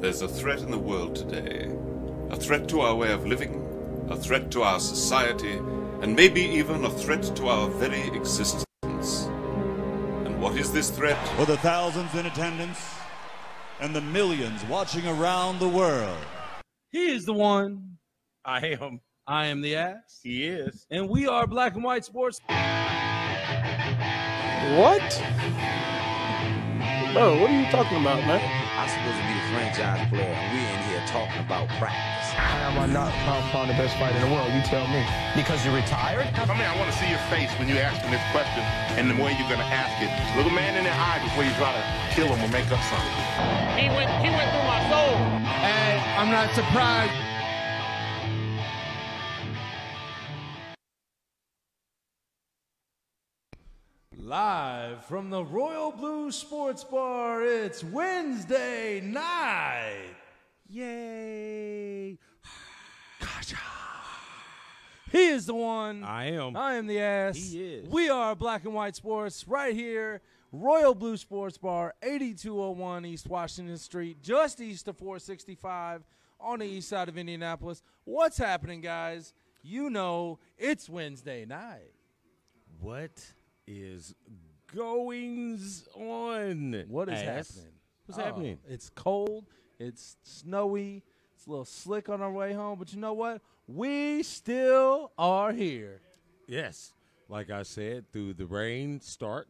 There's a threat in the world today. A threat to our way of living, a threat to our society, and maybe even a threat to our very existence. And what is this threat? For the thousands in attendance and the millions watching around the world. He is the one. I am. I am the ass. He is. And we are Black and White Sports. What? Bro, what are you talking about, man? I'm supposed to be the franchise player, and we in here talking about practice. How am I not pound pound the best fighter in the world? You tell me. Because you're retired? I mean, I want to see your face when you ask him this question and the way you're going to ask it. Look a man in the eye before you try to kill him or make up something. He went, he went through my soul. Hey, I'm not surprised. Live from the Royal Blue Sports Bar, it's Wednesday night. Yay. Gotcha. He is the one. I am. I am the ass. He is. We are Black and White Sports right here, Royal Blue Sports Bar, 8201 East Washington Street, just east of 465 on the east side of Indianapolis. What's happening, guys? You know, it's Wednesday night. What is goings on? What is ass? happening? What's Oh, happening? It's cold. It's snowy. It's a little slick on our way home. But you know what? We still are here. Yes. Like I said, through the rain, start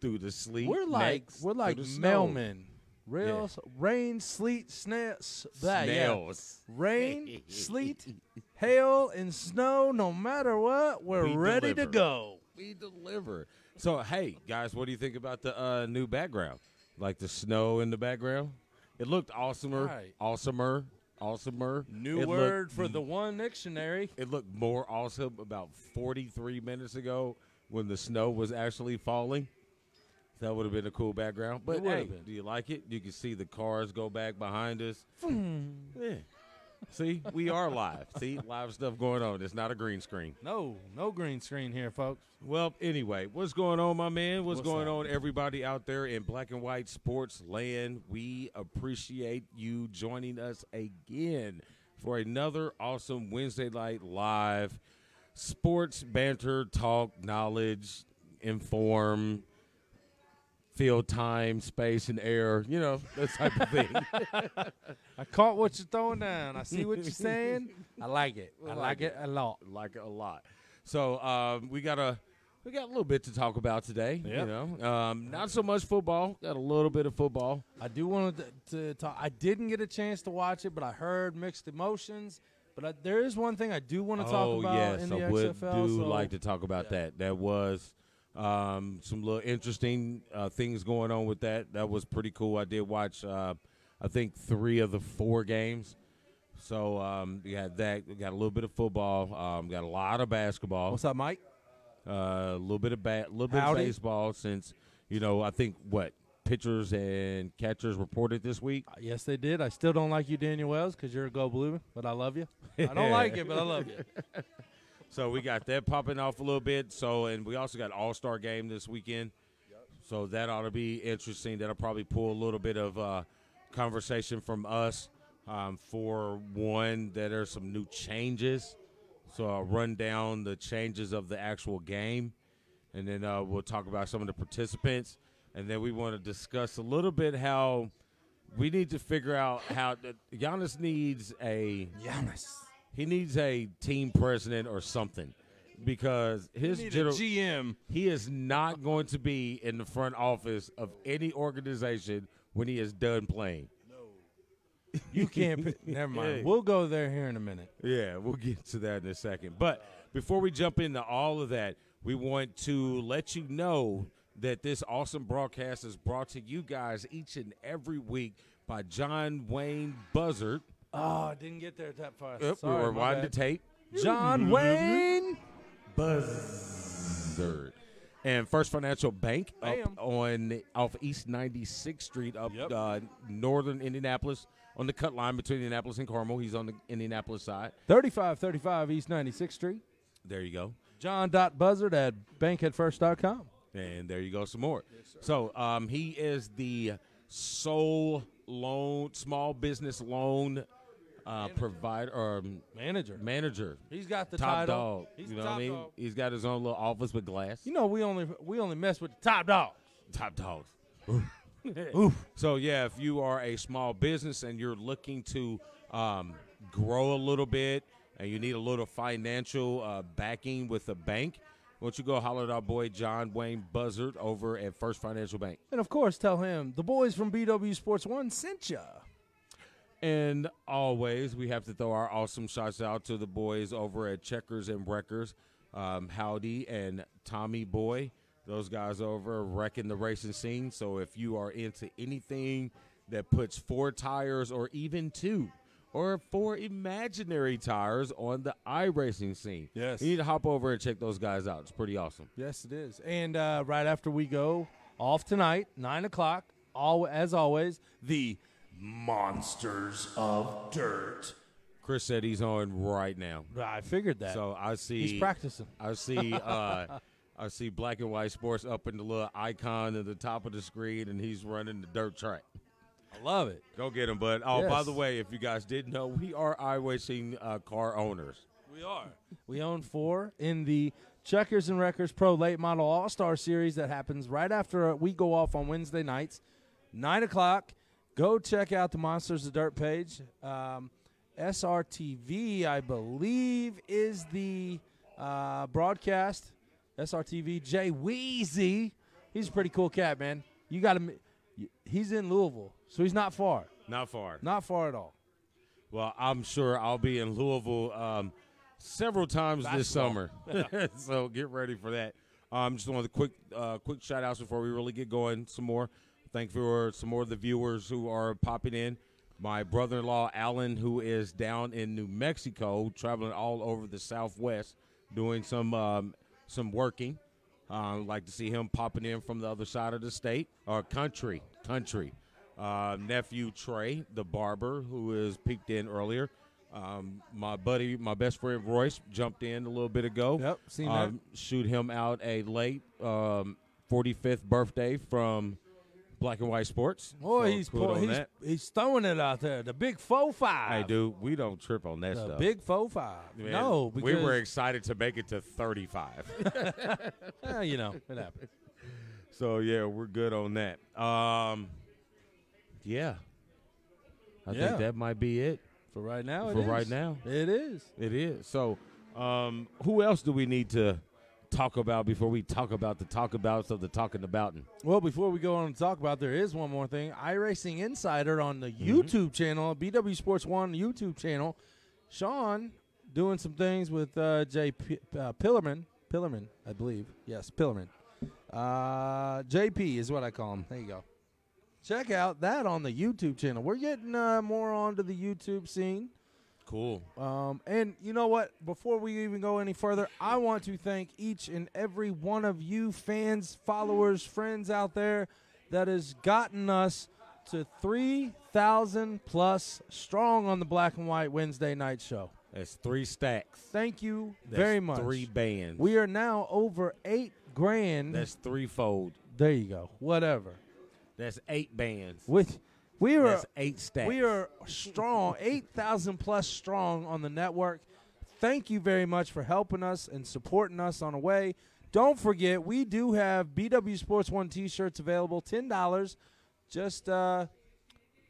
through the sleet. We're like next, we're through like the snow. mailmen. Real Yeah. s- rain, sleet, snails. That, yeah. Snails. Rain, sleet, hail, and snow. No matter what, we're We ready deliver. to go. We deliver. So hey, guys, what do you think about the uh, new background? Like the snow in the background? It looked awesomer, Right. awesomer, awesomer. New It looked word for the one dictionary. It looked more awesome about 43 minutes ago when the snow was actually falling. That would have been a cool background. But It would hey, have been. do you like it? You can see the cars go back behind us. Hmm. yeah. See, we are live. See, live stuff going on. It's not a green screen. No, no green screen here, folks. Well, anyway, what's going on, my man? What's, What's going up? on, everybody out there in black and white sports land? We appreciate you joining us again for another awesome Wednesday night live sports banter, talk, knowledge, inform, fill time, space, and air. You know that type of thing. I caught what you're throwing down. I see what you're saying. I like it. I like like, it. a lot. like it a lot. So um, we got a we got a little bit to talk about today. Yep. You know, um, not so much football. Got a little bit of football. I do want to, to talk. I didn't get a chance to watch it, but I heard mixed emotions. But I, there is one thing I do want to Oh, talk about in the I would XFL. do so- like to talk about that. That was um, some little interesting uh, things going on with that. That was pretty cool. I did watch, uh, I think, three of the four games. So um, we had that. We got a little bit of football. Um, got a lot of basketball. What's up, Mike? Uh, a little bit of bat, a little bit Howdy. of baseball since you know I think what pitchers and catchers reported this week. Uh, Yes, they did. I still don't like you, Daniel Wells, because you're a go blue, but I love you. I don't like it, but I love you. So we got that popping off a little bit. So and we also got All Star game this weekend. So that ought to be interesting. That'll probably pull a little bit of uh, conversation from us. Um, for one, that are some new changes. So I'll run down the changes of the actual game, and then uh, we'll talk about some of the participants, and then we want to discuss a little bit how we need to figure out how Giannis needs a he needs a team president or something because his general, GM. he is not going to be in the front office of any organization when he is done playing. You can't. p- Never mind. Yeah. We'll go there here in a minute. Yeah, we'll get to that in a second. But before we jump into all of that, we want to let you know that this awesome broadcast is brought to you guys each and every week by John Wayne Buzzard. Oh, I didn't get there that far. Yep, Sorry, we my rewind the bad. tape. John Wayne. Buzzard. And First Financial Bank up Bam. on off East 96th Street up Yep. uh, northern Indianapolis on the cut line between Indianapolis and Carmel. He's on the Indianapolis side. 3535 East 96th Street. There you go. John.buzzard at bankheadfirst.com. And there you go, some more. so um, he is the sole loan, small business loan uh, provider or um, Manager. manager. He's got the top title. dog. He's you know top what I mean? dog. He's got his own little office with glass. You know we only we only mess with the top dogs. top dogs. So yeah, if you are a small business and you're looking to um, grow a little bit and you need a little financial uh, backing with a bank, why don't you go holler at our boy John Wayne Buzzard over at First Financial Bank? And of course, tell him the boys from BW Sports One sent ya. And always, we have to throw our awesome shots out to the boys over at Checkers and Wreckers, um, Howdy and Tommy Boy. Those guys over wrecking the racing scene. So if you are into anything that puts four tires or even two or four imaginary tires on the iRacing scene, Yes. you need to hop over and check those guys out. It's pretty awesome. Yes, it is. And uh, right after we go off tonight, nine o'clock. All as always, the monsters of dirt. Chris said he's on right now. I figured that. So I see He's practicing. I see uh I see black and white sports up in the little icon at the top of the screen and he's running the dirt track. I love it. Go get him, bud. Oh, by Yes. the way, if you guys didn't know, we are iRacing uh, car owners. We are. We own four in the Checkers and Wreckers Pro Late Model All Star Series that happens right after we go off on Wednesday nights, nine o'clock. Go check out the Monsters of Dirt page. Um, SRTV, I believe, is the uh, broadcast. SRTV, Jay Weezy. He's a pretty cool cat, man. You got him. He's in Louisville, so he's not far. Not far. Not far at all. Well, I'm sure I'll be in Louisville um, several times this summer, so get ready for that. Um, just one of the quick, uh, quick shout outs before we really get going. Some more, thank you for some more of the viewers who are popping in. My brother-in-law Alan, who is down in New Mexico, traveling all over the Southwest, doing some um, some working. Um, like to see him popping in from the other side of the state or country, country. Uh, nephew Trey, the barber, who is peeked in earlier. Um, my buddy, my best friend Royce, jumped in a little bit ago. Yep, seen that. um, Shoot him out a late um, 45th birthday from Black and White Sports. Boy, So he's, cool pour- on he's that. he's throwing it out there. The big four five. Hey, dude, we don't trip on that The stuff. big four five. Man, no, because we were excited to make it to 35. eh, you know it happens. So yeah, we're good on that. Um, yeah, I Yeah. think that might be it. For right now, it For is. right now. it is. It is. So, um, who else do we need to talk about before we talk about the talk abouts of the talking aboutin'? Well, before we go on and talk about, there is one more thing. iRacing Insider on the Mm-hmm. YouTube channel, BW Sports One YouTube channel. Sean doing some things with uh, Jay P- uh, Pillerman. Pillerman, I believe. Yes, Pillerman. Uh, JP is what I call him. There you go. Check out that on the YouTube channel. We're getting uh, more onto the YouTube scene. Cool. Um, and you know what? Before we even go any further, I want to thank each and every one of you fans, followers, friends out there that has gotten us to 3,000 plus strong on the Black and White Wednesday night show. That's three stacks. Thank you That's very much. Three bands. we are now over eight grand. That's threefold. there you go. Whatever. That's eight bands. With we are That's eight stacks. We are strong, 8,000 plus strong on the network. Thank you very much for helping us and supporting us on the way. Don't forget, we do have BW Sports 1 t shirts available, $10. Just uh,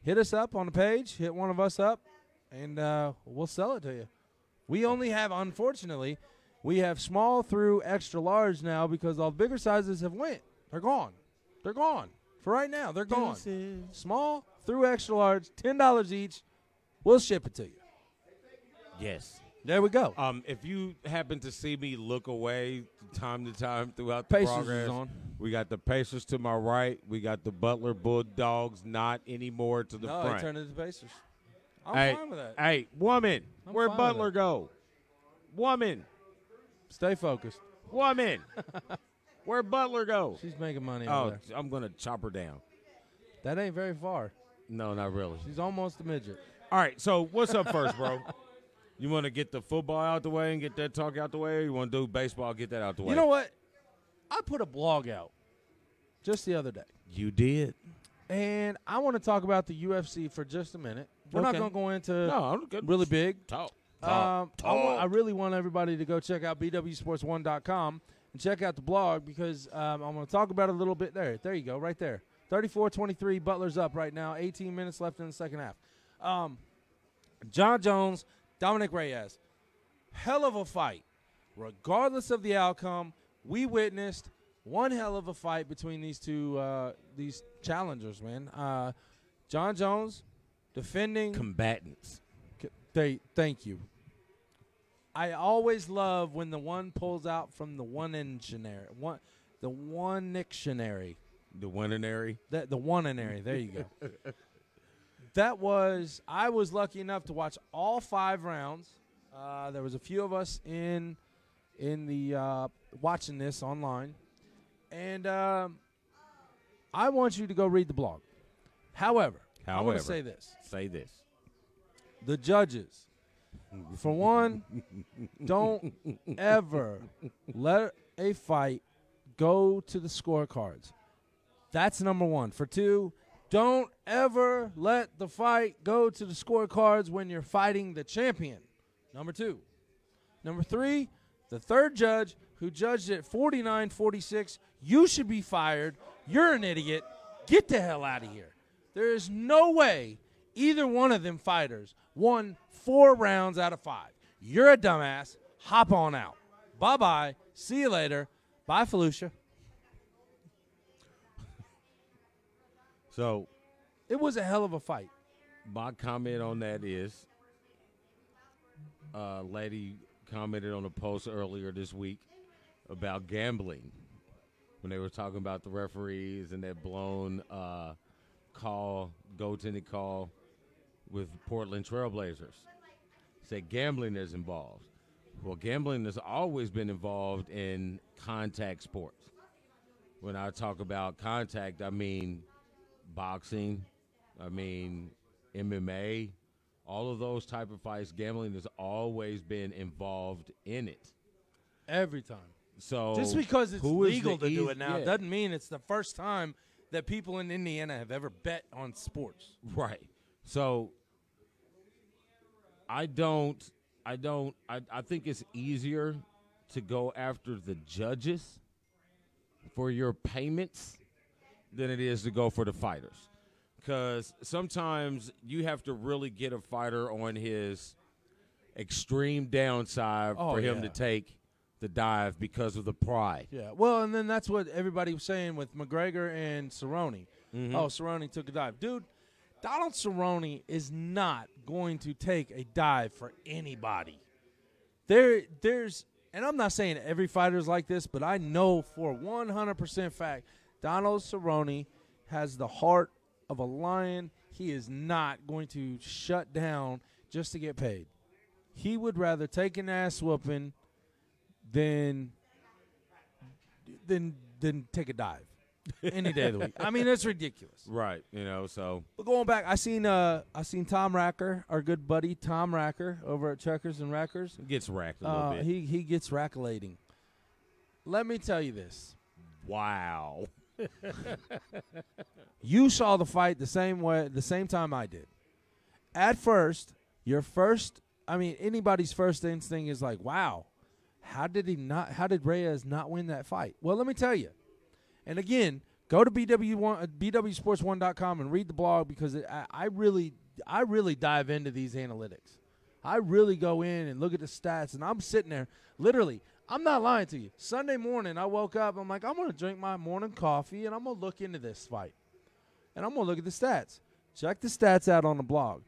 hit us up on the page, hit one of us up, and uh, we'll sell it to you. We only have, unfortunately, we have small through extra large now because all the bigger sizes have went. They're gone. They're gone. For right now, they're gone. Small through extra large, ten dollars each. We'll ship it to you. Yes. There we go. Um, if you happen to see me look away time to time throughout the Pacers is progress, on. we got the Pacers to my right. We got the Butler Bulldogs not anymore to the no, front. they turned into Pacers. I'm hey, fine with that. hey, woman, I'm where fine with Butler it. go? Woman, Stay focused. woman, where Butler go? She's making money. Oh, over there. I'm gonna chop her down. that ain't very far. No, not really. She's almost a midget. All right, so what's up first, bro? You want to get the football out the way and get that talk out the way, or you want to do baseball? Get that out the way. You know what? I put a blog out just the other day. you did. And I want to talk about the UFC for just a minute. We're Okay. not going to go into No, I'm good. really big. Talk. Um, I, want, I really want everybody to go check out bwsports1.com and check out the blog because um, I'm going to talk about it a little bit there. There you go, right there. 34-23, Butler's up right now. 18 minutes left in the second half. Um, John Jones, Dominic Reyes, hell of a fight. Regardless of the outcome, we witnessed one hell of a fight between these two uh, these challengers, man. Uh, John Jones defending Combatants. K- They thank you. I always love when the one pulls out from the one engineer, one, the one dictionary, The winner that the one dictionary. There you go. that was I was lucky enough to watch all five rounds. Uh, there was a few of us in in the uh, watching this online, and um, I want you to go read the blog. However, I want However. to say this: Say this. the judges. For one, don't ever let a fight go to the scorecards. That's number one. For two, don't ever let the fight go to the scorecards when you're fighting the champion. Number two. Number three, the third judge who judged at 49 46, you should be fired. You're an idiot. Get the hell out of here. There is no way either one of them fighters won four rounds out of five. You're a dumbass. Hop on out. Bye bye. See you later. Bye, Felucia. So It was a hell of a fight. my comment on that is a lady commented on a post earlier this week about gambling when they were talking about the referees and that blown uh, call, goaltending call with Portland Trailblazers. Said gambling is involved. Well, gambling has always been involved in contact sports. When I talk about contact, I mean boxing, I mean MMA, all of those type of fights, gambling has always been involved in it. Every time. So Just because it's who is legal the to do eas- it now yeah, doesn't mean it's the first time that people in Indiana have ever bet on sports. right. So I don't I don't I, I think it's easier to go after the judges for your payments than it is to go for the fighters. Cause sometimes you have to really get a fighter on his extreme downside Oh, for him yeah. to take the dive because of the pride. Yeah. Well, and then that's what everybody was saying with McGregor and Cerrone. Oh, Cerrone took a dive, dude. Donald Cerrone is not going to take a dive for anybody. There, there's, and I'm not saying every fighter's like this, but I know for 100% fact, Donald Cerrone has the heart of a lion. He is not going to shut down just to get paid. He would rather take an ass whooping than than than take a dive any day of the week. I mean, it's ridiculous. Right. You know, so But going back, I seen uh I seen Tom Racker, our good buddy Tom Racker over at Checkers and Rackers. it gets racked a little Uh, bit. he he gets rackulating. Let me tell you this: wow. you saw the fight the same way, the same time I did. At first, your first, I mean, anybody's first instinct is like, "Wow, how did he not? How did Reyes not win that fight?" Well, let me tell you. And again, go to bw1 uh, bwsports1.com and read the blog because it, I, I really I really dive into these analytics. I really go in and look at the stats and I'm sitting there literally I'm not lying to you. Sunday morning I woke up I'm like I'm going to drink my morning coffee and I'm going to look into this fight. And I'm going to look at the stats. Check the stats out on the blog.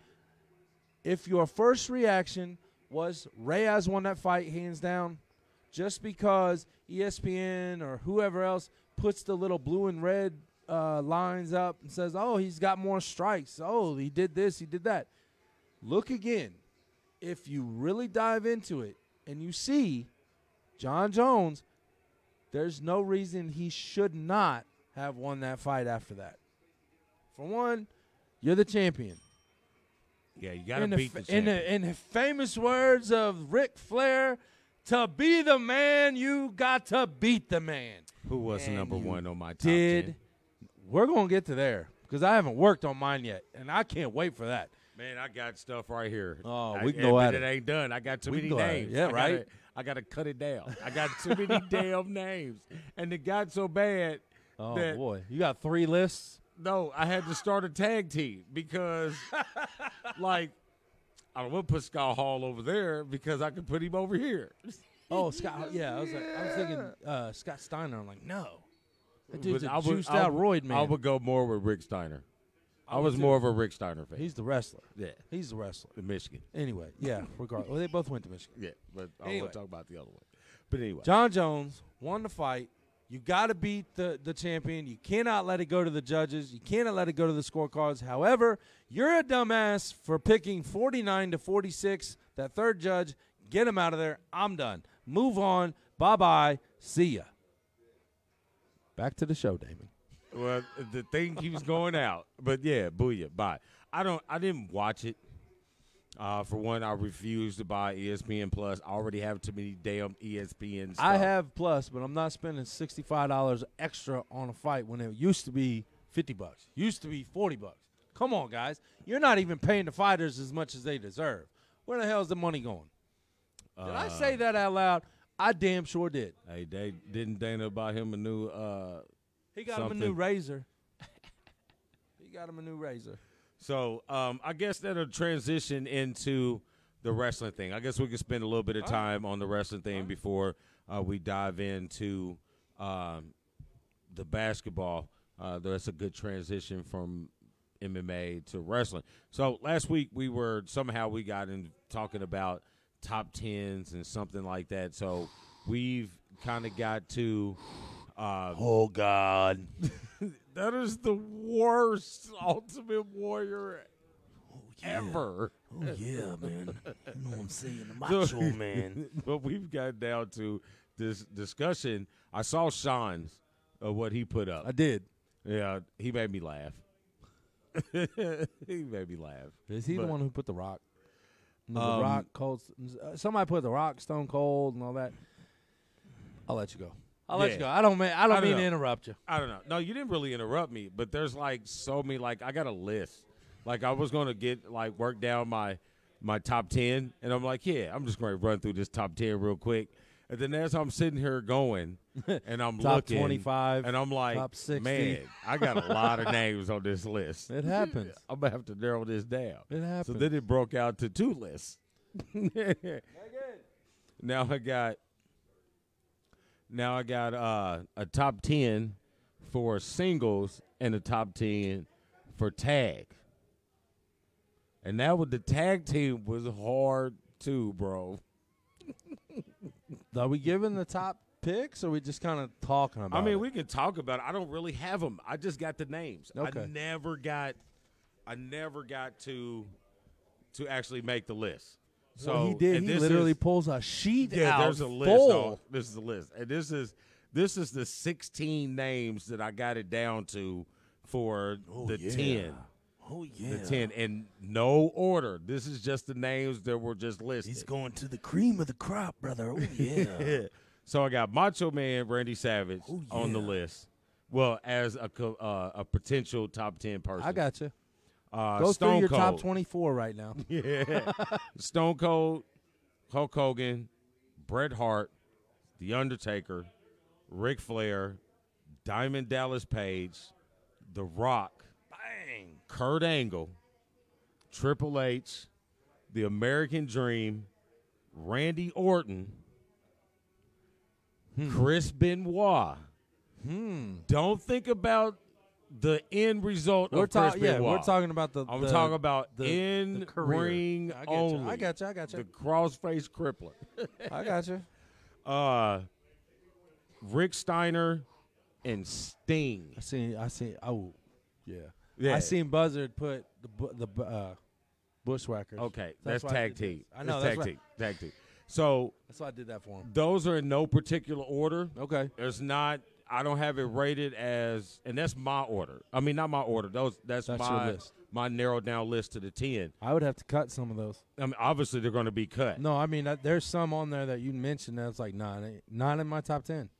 If your first reaction was Reyes won that fight hands down, just because E ESPN or whoever else puts the little blue and red uh, lines up and says, "Oh, he's got more strikes. Oh, he did this, he did that." Look again. If you really dive into it and you see John Jones, there's no reason he should not have won that fight after that. For one, you're the champion. Yeah, you gotta in beat the, the, fa- in, champion. the, in the famous words of Ric Flair, to be the man, you got to beat the man. Who was And number you one on my top Did 10? we're gonna get to there? because I haven't worked on mine yet, and I can't wait for that. Man, I got stuff right here. Oh, I- we can eh, go but at it. it. ain't done. I got too We can many go at it. names. Yeah, I gotta- right? I got to cut it down. I got too many damn names, and it got so bad Oh that boy, you got three lists. no, I had to start a tag team because, like, I would put Scott Hall over there because I could put him over here. Oh Scott, yeah, I was like, I was thinking uh, Scott Steiner. I'm like, no, that dude's But a would- juiced I out would- roid I man. would go more with Rick Steiner. I, would was too. more of a Rick Steiner fan. He's the wrestler. yeah, He's the wrestler. the Michigan. Anyway, yeah. Regardless, well, they both went to Michigan. Yeah, but I Anyway. want to talk about the other one. But anyway, John Jones won the fight. You got to beat the, the champion. You cannot let it go to the judges. You cannot let it go to the scorecards. However, you're a dumbass for picking 49 to 46. That third judge, get him out of there. I'm done. Move on. Bye bye. See ya. Back to the show, Damon. well, the thing keeps going out. But yeah, booyah, bye. I don't. I didn't watch it. Uh, for one, I refuse to buy E ESPN Plus. I already have too many damn E ESPN. Stuff. I have plus, but I'm not spending $65 extra on a fight when it used to be 50 bucks. Used to be 40 bucks. Come on, guys. You're not even paying the fighters as much as they deserve. Where the hell is the money going? Did I say that out loud? I damn sure did. Hey, they didn't Dana buy him a new. Uh, He got him a new Something. razor. he got him a new razor. so um, I guess that'll transition into the wrestling thing. I guess we can spend a little bit of time on the wrestling thing before uh, we dive into um, the basketball. Uh, that's a good transition from MMA to wrestling. So last week we were somehow we got in talking about top tens and something like that. So we've kind of got to. Uh, oh God, that is the worst Ultimate Warrior ever. Oh, yeah, man. You know what I'm saying? The So- but we've got down to this discussion. I saw Sean's uh, what he put up. I did. Yeah, he made me laugh. he made me laugh. Is he the But- one who put the rock? No, Um, the rock, cold. uh, Somebody put the rock, Stone Cold, and all that. I'll let you go. I'll let Yeah. you go. I don't mean. I don't, I don't mean to know. interrupt you. I don't know. No, you didn't really interrupt me, but there's like so many. Like I got a list. Like I was gonna get like work down my my top ten, and I'm like, yeah, I'm just gonna run through this top ten real quick. And then as I'm sitting here going, and I'm Top looking, 25, and I'm like, top 60. man, I got a lot of names on this list. It happens. I'm gonna have to narrow this down. It So happens. then it broke out to two lists. now I got now I got uh, a top ten for singles and a top ten for tag. And that was the tag team was hard too, bro. Are we giving the top picks, or we just kind of talking about? I it? mean, we can talk about it. I don't really have them. I just got the names. I Okay. never got I never got to to actually make the list. So Well, he did. and He this literally is- pulls a sheet Yeah, out. there's a list. full. dog. This is the list, and this is this is the 16 names that I got it down to for the 10. Oh yeah. The 10 in no order. This is just the names that were just listed. going to the cream of the crop, brother. Oh yeah. Oh, So I got Macho Man Randy Savage on the list. Well, as a co- uh, a potential top 10 person. I got you. uh, Go Stone through your Cold. top twenty-four right now. Yeah. Stone Cold, Hulk Hogan, Bret Hart, The Undertaker, Ric Flair, Diamond Dallas Page, The Rock, Bang, Kurt Angle, Triple H, The American Dream, Randy Orton, Hmm. Chris Benoit. Don't think about the end result We're of Chris talking. Yeah, Benoit. we're talking about the. I'm the- talking about the- the in career. ring I got only. you. I got you. I got The you. crossface crippler. I got you. Uh, Rick Steiner and Sting. I seen. I seen. Oh, yeah. Yeah. I seen Buzzard put the bu- the bu- uh, bushwhackers. Okay, That's that's, why I tag did team. this. I know, That's that's tag why- team. Tag team. So That's why I did that for him. those are in no particular order. Okay. There's not. I don't have it rated as, and that's my order. I mean, not my order. Those. That's, That's your my list. my narrowed down list to the ten. I would have to cut some of those. I mean, obviously they're going to be Eh. cut. No, I mean I, there's some on there that you mentioned that's like nah, it ain't- not in my top ten.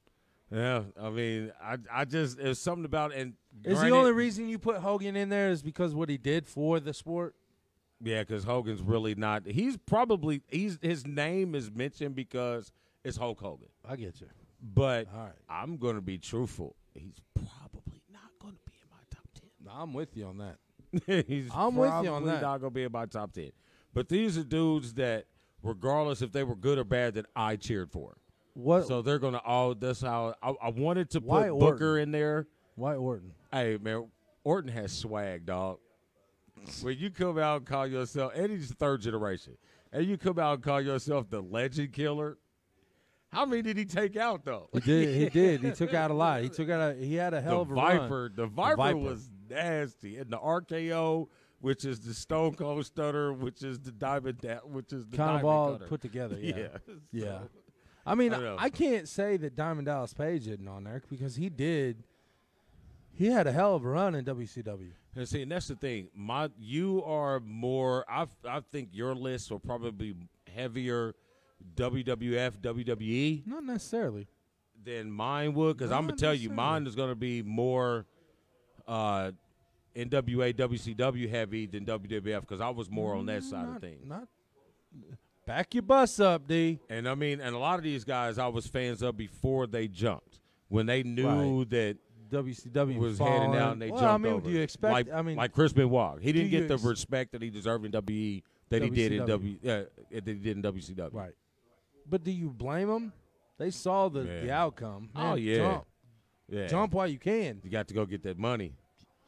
Yeah, I mean, I I just there's something about and Is the granted- only reason you put Hogan in there is because what he did for the sport? Yeah, because Hogan's really not. He's probably he's his name is mentioned because it's Hulk Hogan. I get you. But All right. I'm gonna be truthful. He's probably not gonna be in my top ten. I'm with you on that. He's I'm with you on probably that. Not gonna be in my top ten. But these are dudes that, regardless if they were good or bad, that I cheered for. What? So they're gonna all. That's how I, I wanted to Why put Orton? Booker in there. why Orton? Hey man, Orton has swag, dog. When you come out and call yourself, and he's third generation, and you come out and call yourself the legend killer. How many did he take out though? He did. He did. He took out a lot. He took out a. He had a hell of The a run. Viper, the Viper, was nasty, and the RKO, which is the Stone Cold Stunner, which is the Diamond, da- which is the kind of diamond all cutter. put together. Yeah. Yeah. So- I mean, I don't know. I, can't say that Diamond Dallas Page isn't on there because he did. He had a hell of a run in WCW. And see, and that's the thing. My, you are more. I, I think your list will probably be heavier, WWF, WWE Not necessarily. than mine would. Because I'm gonna Not tell you, necessarily. mine is gonna be more, uh, NWA, WCW heavy than WWF. Because I was more on that side Not, of things. not. Back your bus up, D. And I mean, and a lot of these guys, I was fans of before they jumped. When they knew Right. that WCW was falling. heading out and they well, jumped I mean, over. do you expect? Like, I mean, like Chris Benoit, he didn't do get you the ex- respect that he deserved in WWE that he did in W WCW. uh, that he did in WCW. right. But do you blame them? They saw the, the Yeah. outcome. Oh, Man, yeah. jump, Yeah. jump while you can. You got to go get that money.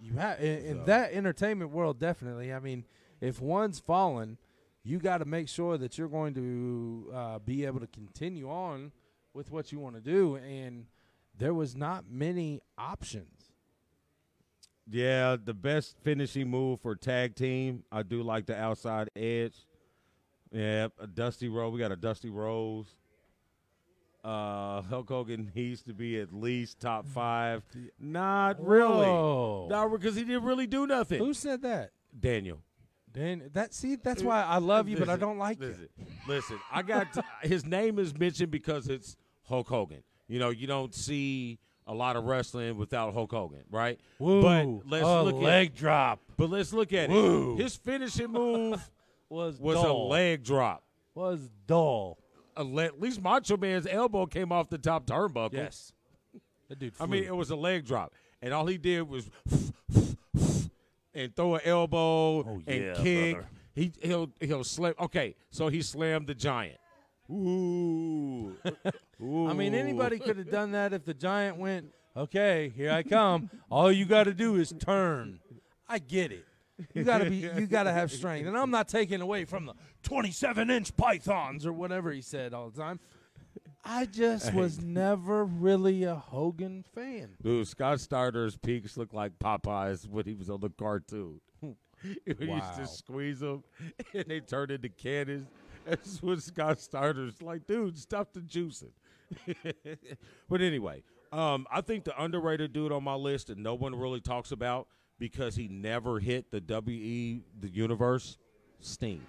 You have in, in that entertainment world, definitely. I mean, if one's fallen, you got to make sure that you're going to uh, be able to continue on with what you want to do. And there was not many options. Yeah, the best finishing move for tag team. I do like the outside edge. Yeah, a Dusty Rose. We got a Dusty Rose. Uh, Hulk Hogan needs to be at least top five. Not really. Whoa. Not because he didn't really do nothing. Who said that? Daniel? Dan, that see, that's why I love you, but I Listen, don't like you. listen, Listen, I got his name is mentioned because it's Hulk Hogan. You know, you don't see a lot of wrestling without Hulk Hogan, right? Woo, but let's a look leg at drop but let's look at Woo. it. His finishing move was was a dull. leg drop. was dull. A le- at least Macho Man's elbow came off the top turnbuckle. Yes, that dude. I mean, flew. it was a leg drop, and all he did was and throw an elbow and kick. He he'll he'll slam. Okay, so he slammed the giant. Ooh, I mean, anybody could have done that if the giant went, okay, here I come. All you got to do is turn. I get it. You gotta be. You gotta have strength, and I'm not taking away from the 27 inch pythons or whatever he said all the time. I just was never really a Hogan fan. Dude, Scott Starter's peaks looked like Popeyes when he was on the cartoon. he used Wow. to squeeze them, and they turned into cannons. That's what Scott Starter's like, dude, stop the juicing. but anyway, um, I think the underrated dude on my list that no one really talks about because he never hit the WE, the universe, Sting.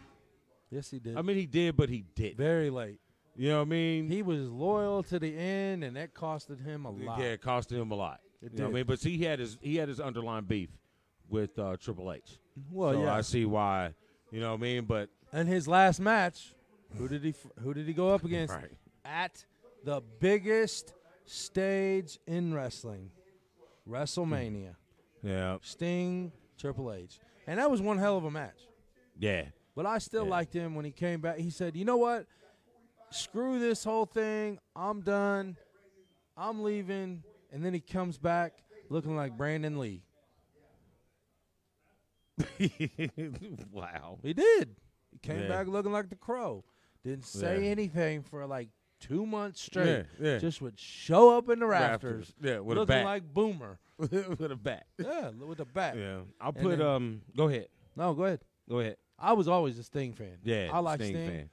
Yes, he did. I mean, he did, but he didn't. very late. You know what I mean? He was loyal to the end, and that costed him a lot. Yeah, it cost him a lot. It You know what I did. mean? But see, he had his he had his underlying beef with uh, Triple H. Well, so yeah. I see why. You know what I mean? But And his last match, who did he f- who did he go up against? Right. At the biggest stage in wrestling, WrestleMania, yeah, Sting, Triple H, and that was one hell of a match. yeah, But I still Yeah. liked him when he came back. He said, "You know what? Screw this whole thing. I'm done. I'm leaving." And then he comes back looking like Brandon Lee. wow. He did. He came Yeah. back looking like the crow. Didn't say Yeah. anything for like two months straight. yeah. Just would show up in the rafters. Rafters. Yeah, with a looking bat. like Boomer. With a bat. Yeah, li- with a bat. Yeah, I'll And put then- um. Go ahead, No, go ahead. go ahead. I was always a Sting fan. Yeah, I like Sting. fan.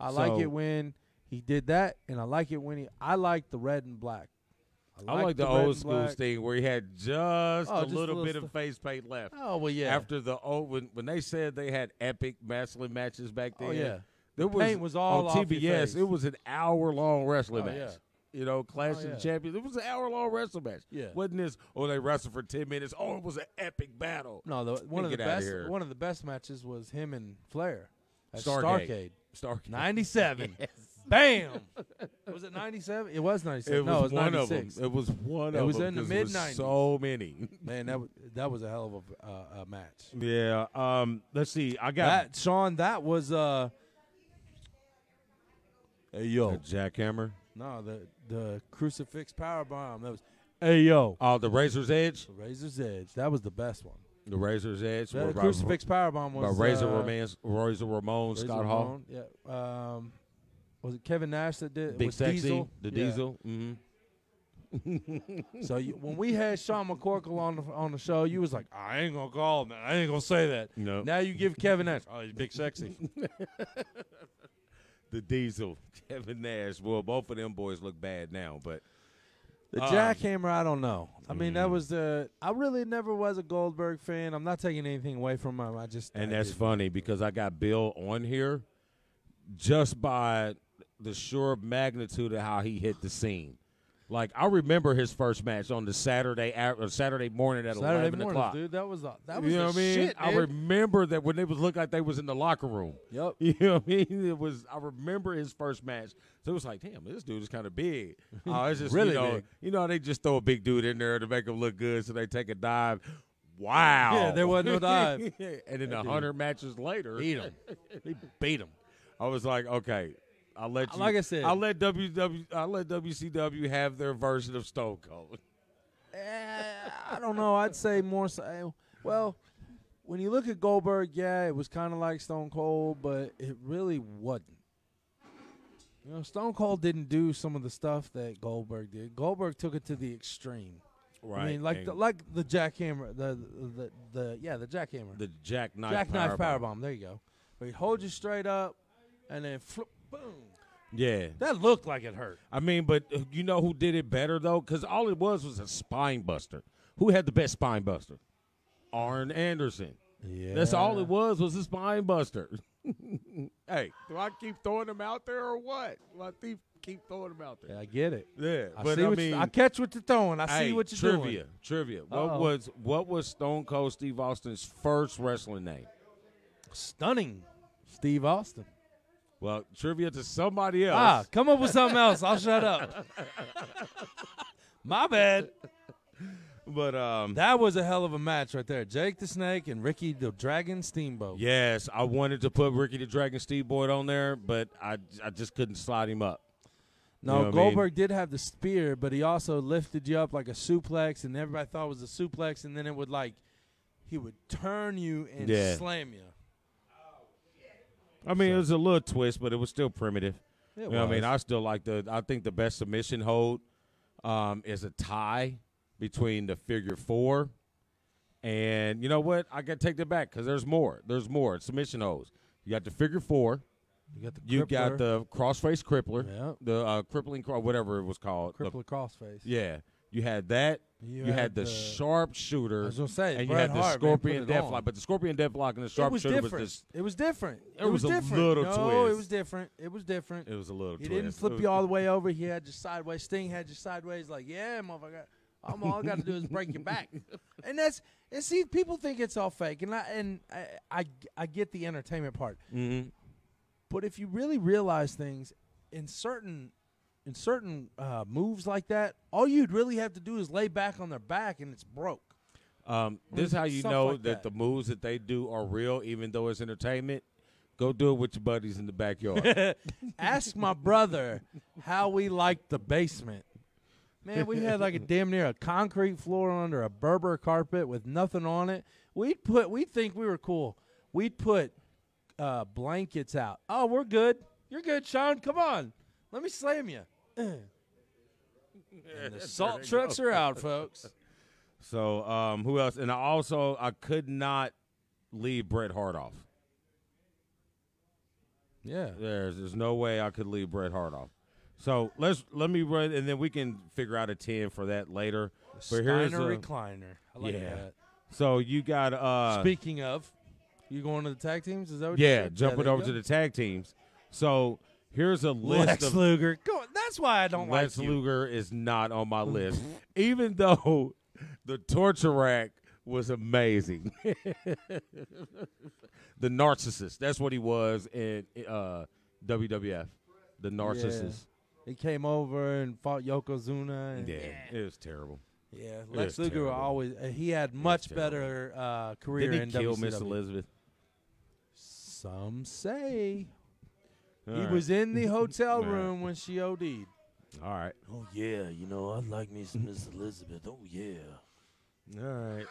I like it So- when he did that, and I like it when he. I like the red and black. I like the, red old and school black. Sting where he had just a Oh, just a little little bit stu- of face paint left. Oh well, yeah. After the old when when they said they had epic wrestling matches back then. Oh, yeah. There The paint was all on off your TBS. face. It was an hour long wrestling Oh, match. yeah. Oh, you know, Clash of the yeah. Champions. It was an hour long wrestle match. Yeah. Wasn't this, oh, they wrestled for 10 minutes. Oh, it was an epic battle. No, the, one of the Get outta best here. one of the best matches was him and Flair at Starcade. Starcade. Starcade. Ninety-seven. Bam. Was it ninety-seven? It was ninety-seven. It no, was it was one of them. ninety-six. It was one It of was them in the 'cause it was mid-nineties. So many. Man, that w- that was a hell of a, uh, a match. yeah. Um. Let's see. I got That Sean, that was uh. Hey yo, a jackhammer. no the the crucifix power bomb. That was hey yo, Oh, the Razor's Edge. the Razor's Edge. That was the best one. The Razor's Edge. The by- crucifix power bomb By was Razor uh, Ramon, Razor Uh-huh. Ramon, Razor Scott Hall, Ramon, Yeah. Um, was it Kevin Nash that did? Big was Sexy, Diesel? the Yeah. Diesel. Mm-hmm. So you, when we had Sean McCorkle on the, on the show, you was like, "Ah, I ain't gonna call him. that. I ain't gonna say that. No. Now you give Kevin Nash. Oh, he's big sexy. The Diesel, Kevin Nash. Well, both of them boys look bad now, but The Um, jackhammer, I don't know. I mean, that was the. I really never was a Goldberg fan. I'm not taking anything away from him. I just and I that's did- funny because I got Bill on here just by the sure magnitude of how he hit the scene. Like I remember his first match on the Saturday a- or Saturday morning at Saturday eleven morning, o'clock. dude. That was the, that was you the know what I mean? shit. I dude. remember that when they was looked like they was in the locker room. Yup. You know what I mean? It was. I remember his first match. So it was like, damn, this dude is kind of big. Oh, it's just Really you know, big. you know, they just throw a big dude in there to make him look good, so they take a dive. Wow. Yeah, there wasn't no dive. and then a hundred matches later, Beat him. they beat him. I was like, okay, I'll let you. Like I said- I'll let WW, I'll let WCW have their version of Stone Cold. Eh, I don't know. I'd say more so. eh, Well, when you look at Goldberg, yeah, it was kind of like Stone Cold, but it really wasn't. You know, Stone Cold didn't do some of the stuff that Goldberg did. Goldberg took it to the extreme. I mean, like the, like the jackhammer, the, the the the- yeah, the jackhammer, the jackknife, jackknife powerbomb. powerbomb. There you go. Where he holds you straight up, and then flip, boom. Yeah, That looked like it hurt. I mean, but uh, you know who did it better though? Because all it was was a spine buster. Who had the best spine buster? Arn Anderson. Yeah, That's all it was was a spine buster. hey, do I keep throwing them out there or what? Do I keep keep throwing them out there? I get it. Yeah, I but see I what mean, you, I catch what you're throwing. I hey, see what you're trivia, doing. Trivia, Uh-oh. What was what was Stone Cold Steve Austin's first wrestling name? Stunning, Steve Austin. Well, trivia to somebody else. Ah, come up with something else. I'll shut up. My bad. But um, That was a hell of a match right there. Jake the Snake and Ricky the Dragon Steamboat. Yes, I wanted to put Ricky the Dragon Steve Boyd on there, but I, I just couldn't slide him up. No, You know what I mean? Goldberg did have the spear, but he also lifted you up like a suplex, and everybody thought it was a suplex, and then it would like he would turn you and Yeah. slam you. I mean, it was a little twist, but it was still primitive. It you know what I mean? was. I still like the. I think the best submission hold um, is a tie between the figure four and you know what? I got to take that back because there's more. There's more submission holds. You got the figure four. You got the You got crippler- the crossface crippler. Yeah. The uh, crippling cro- whatever it was called. The- crippler crossface. yeah. You had that. You You, had, had the, the- sharpshooter. I was gonna say, and you Bret had the Hart, man, put scorpion it death on. lock, but the scorpion death lock and the It was sharpshooter was, different. just it was different. It, was a different. little no, it twist. was different. It was different. it was a little. He didn't twist. It flip was- you all the way over. He had you sideways. Sting had you sideways. Like, yeah, motherfucker. I'm all I got to do is break your back. And that's and see, people think it's all fake, and I and I I, I get the entertainment part. Mhm. But if you really realize things in certain in certain uh, moves like that, all you'd really have to do is lay back on their back, and it's broke. Um, this is how you Stuff know like that. that, the moves that they do are real, even though it's entertainment. Go do it with your buddies in the backyard. Ask my brother how we liked the basement. Man, we had like a damn near a concrete floor under a Berber carpet with nothing on it. We'd put, we'd think we were cool. We'd put uh, blankets out. Oh, we're good. You're good, Sean. Come on. Let me slam you. and the salt trucks are out, folks. so um, who else? And I also I could not leave Bret Hart off. Yeah. There's there's no way I could leave Bret Hart off. So let's let me run, and then we can figure out a ten for that later. But here's Steiner a- recliner. I like Yeah. that. so you got uh, Speaking of, you going to the tag teams? Is that what you yeah, said? jumping there over you to go. the tag teams. So Here's a list Lex of Luger. Go, that's why I don't Lex like you. Mm-hmm. Luger is not on my list, even though the torture rack was amazing. the narcissist. That's what he was in uh, WWF. The narcissist. He came over and fought Yokozuna. And, Yeah. it was terrible. yeah, Lex was Luger terrible. always uh, he had much terrible. better uh, career Did he in kill WCW. Miss Elizabeth? Some say All he right. was in the hotel All right. room when she OD'd. All right. Oh yeah, you know I like me some Miss Elizabeth. Oh yeah. All right.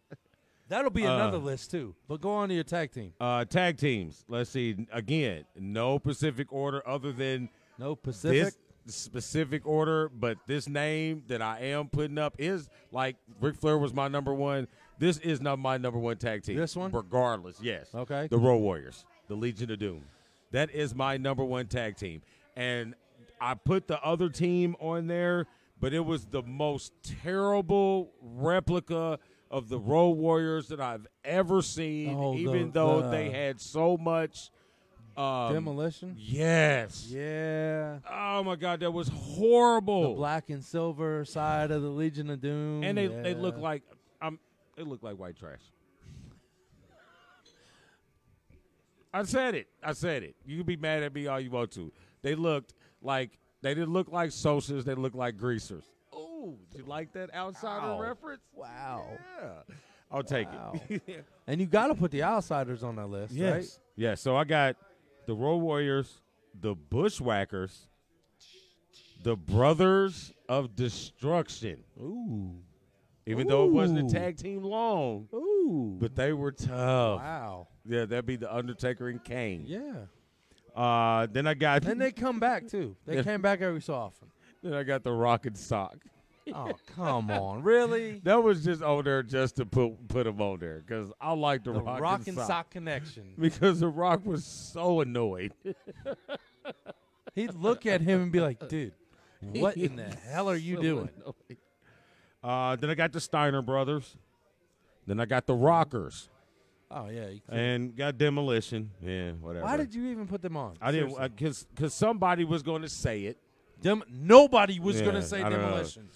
That'll be Uh, another list too. But go on to your tag team. uh, tag teams. Let's see. Again, no Pacific order other than No Pacific. this specific order, but this name that I am putting up is like Ric Flair was my number one. This is not my number one tag team. This one? regardless. Yes. Okay. The Road Warriors, the Legion of Doom. That is my number one tag team, and I put the other team on there, but it was the most terrible replica of the Road Warriors that I've ever seen. Oh, the- even though the- they had so much. Um, Demolition. Yes. Yeah. Oh my God, that was horrible. The black and silver side of the Legion of Doom. Oh. and they, they look yeah. like um they look like white trash. I said it. I said it. You can be mad at me all you want to. They looked like they didn't look like socias. They looked like greasers. Oh, did you like that outsider Wow. reference? Wow. Yeah, I'll take it. And you got to put the outsiders on that list, right? Yeah. So I got the Road Warriors, the Bushwhackers, the Brothers of Destruction. Ooh. Even though it wasn't Ooh. a tag team long, Ooh. but they were tough. wow. Yeah, that'd be the Undertaker and Kane. Yeah. Uh, then I got And they come back too. They Yeah. came back every so often. then I got the Rock and Sock. Oh, come on. Really? That was just on there just to put put them on there because I like the, The Rock, rock and and Sock. sock connection. because the Rock was so annoyed. He'd look at him and be like, dude, what in the hell are you So doing? annoyed. Uh, then I got the Steiner brothers. Then I got the Rockers Oh, yeah. you can't- and got Demolition. Yeah, whatever. Why did you even put them on? I didn't Seriously. because because somebody was going to say it. Dem- nobody was Yeah, going to say I don't know. demolition.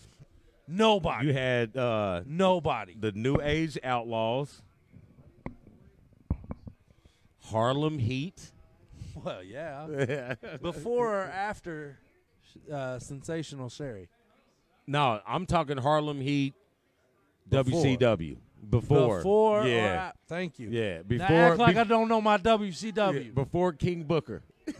Nobody. You had uh, nobody. the New Age Outlaws, Harlem Heat. Well, yeah. Before or after uh, Sensational Sherry? No, I'm talking Harlem Heat, Before. WCW. Before, Before or yeah, a- Thank you. yeah, Now before, act like be- I don't know my yeah, WCW. before King Booker.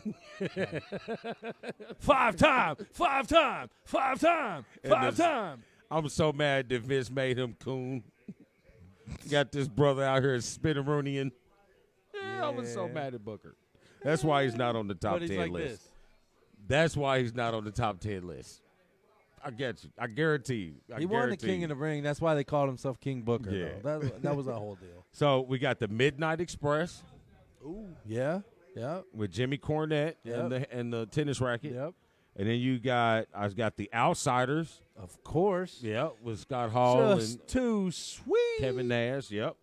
Five time, five time, five time, And five this- time. I'm so mad that Vince made him coon. Got this brother out here Spitteroonian. Yeah, I was so mad at Booker. That's why he's not on the top But he's ten like list. this. That's why he's not on the top ten list. I get you. I guarantee you. I He won the guarantee King you. of the Ring. That's why they called himself King Booker. Yeah. though. That, that was a whole deal. So we got the Midnight Express Yeah. Yep. with Jimmy Cornette Yep. and the and the tennis racket. Yep. And then you got I've got the Outsiders. Of course. Yeah, with Scott Hall Just and too sweet. Kevin Nash. Yep.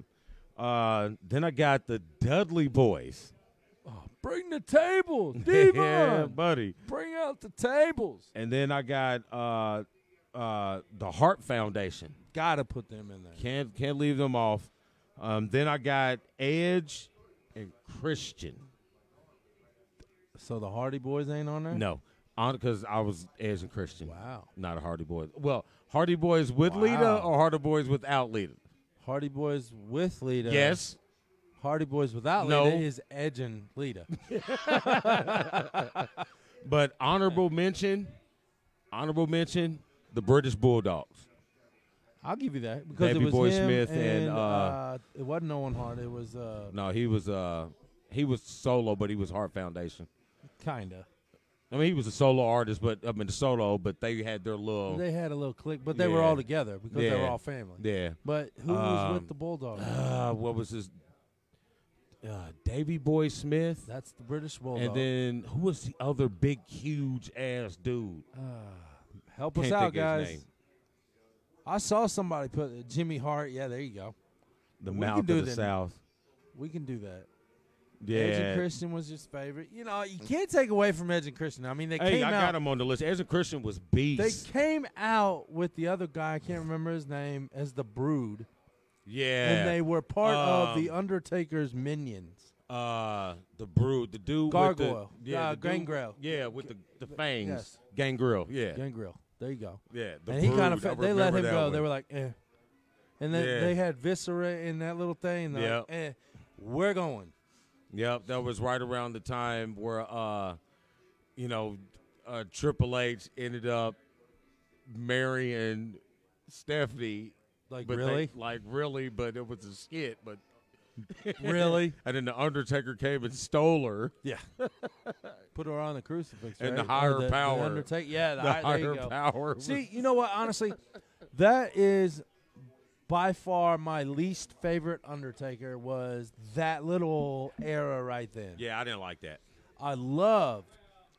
Uh, then I got the Dudley Boys. Bring the tables. yeah, Devon. buddy. Bring out the tables. And then I got uh, uh, the Heart Foundation. Gotta put them in there. Can't can't leave them off. Um, then I got Edge and Christian. So the Hardy Boys ain't on there? No, because I was Edge and Christian. Wow. Not a Hardy Boys. Well, Hardy Boys with Lita Wow. or Hardy Boys without Lita? Hardy Boys with Lita. Yes. Hardy Boys without No. Lita is Edge and Lita. But honorable mention, honorable mention, the British Bulldogs. I'll give you that because Davey it was Boy him Smith and, and, uh, uh, it wasn't Owen Hart. It was uh, No, he was uh he was solo, but he was Heart Foundation. kinda. I mean, he was a solo artist, but I mean, solo, but they had their little. They had a little click, but they were all Yeah. together because they were Yeah. all family. yeah. But who was Um, with the Bulldogs? Uh, what was his? Uh, Davy Boy Smith. That's the British Bulldog. and then who was the other big, huge ass dude? help us Can't out, think of his guys. name. I saw somebody put Jimmy Hart. Yeah, there you go. The We can mouth do of the the- South. We can do that. Edge Yeah. and Christian was his favorite. You know, you can't take away from Edge and Christian. I mean, they Hey, came I out. got him on the list. Ezra Christian was They beast. came out with the other guy. I can't remember his name as the Brood, yeah. and they were part of the Um, Undertaker's minions. uh the brood, the dude Gargoyle. with the yeah, Uh, the dude- Gangrel. Yeah, with the the fangs. yes. Gangrel, yeah. Gangrel. There you go. Yeah, the and he kind Brood. of I they let remember him that go. They one. were like, eh. And then Yeah. they had viscera in that little thing. and they're like, eh, Yep. we're going. Yep, that was right around the time where uh you know, uh Triple H ended up marrying Stephanie. Like, but they- really? like really, but it was a skit, but Really? and then the Undertaker came and stole her. Yeah. Put her on the crucifix. And the right? Or higher the, power. The Undertaker. Yeah, the, The hi- Ah, there you higher go. power. See, you know what? Honestly, that is by far my least favorite Undertaker was that little era right then. Yeah, I didn't like that. I loved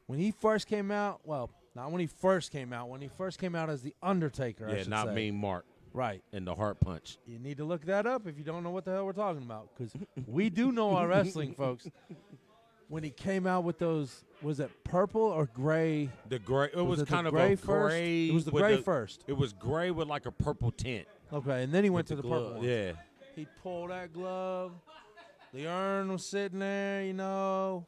when he first came out. Well, not when he first came out. When he first came out as the Undertaker. I yeah, should not say. mean Mark. Right. And the heart punch. You need to look that up if you don't know what the hell we're talking about, because we do know our wrestling, folks. When he came out with those, was it purple or gray? The gray. It was, Was it the kind of gray a first? gray. It was the with gray first. It was gray with like a purple tint. Okay, and then he went to with the, glove. purple one. Yeah. He pulled that glove. The urn was sitting there, you know.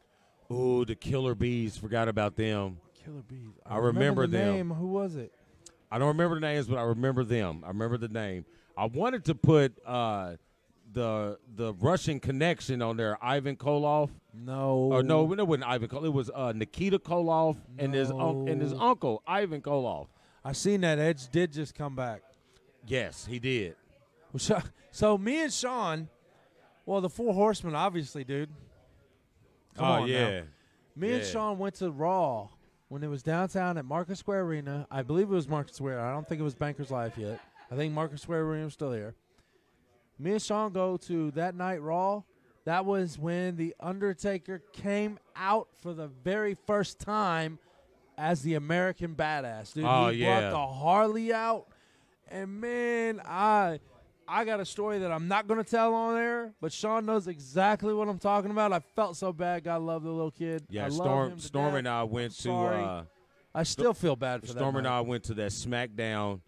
Ooh, the Killer Bees. Forgot about them. Killer bees. I remember the them. name. Who was it? I don't remember the names, but I remember them. I remember the name. I wanted to put uh, the the Russian connection on there. Ivan Koloff. No. Or Oh, no, it wasn't Ivan Koloff. It was uh, Nikita Koloff and his un- and his No. uncle Ivan Koloff. I seen that Edge did just come back. Yes, he did. Well, So, so me and Sean, well, the Four Horsemen, obviously, dude. Come oh on now. yeah. Me and Yeah. Sean went to Raw when it was downtown at Market Square Arena. I believe it was Market Square. I don't think it was Bankers Life yet. I think Market Square Arena was still here. Me and Sean go to that night Raw. That was when The Undertaker came out for the very first time as the American Badass. Dude, Oh, he brought yeah. the Harley out. And man, I I got a story that I'm not gonna tell on air, but Sean knows exactly what I'm talking about. I felt so bad. God love the little kid. I Yeah, love Storm him to Storm death. and I went to sorry. uh, I still feel bad for Storm that. and night. I went to that SmackDown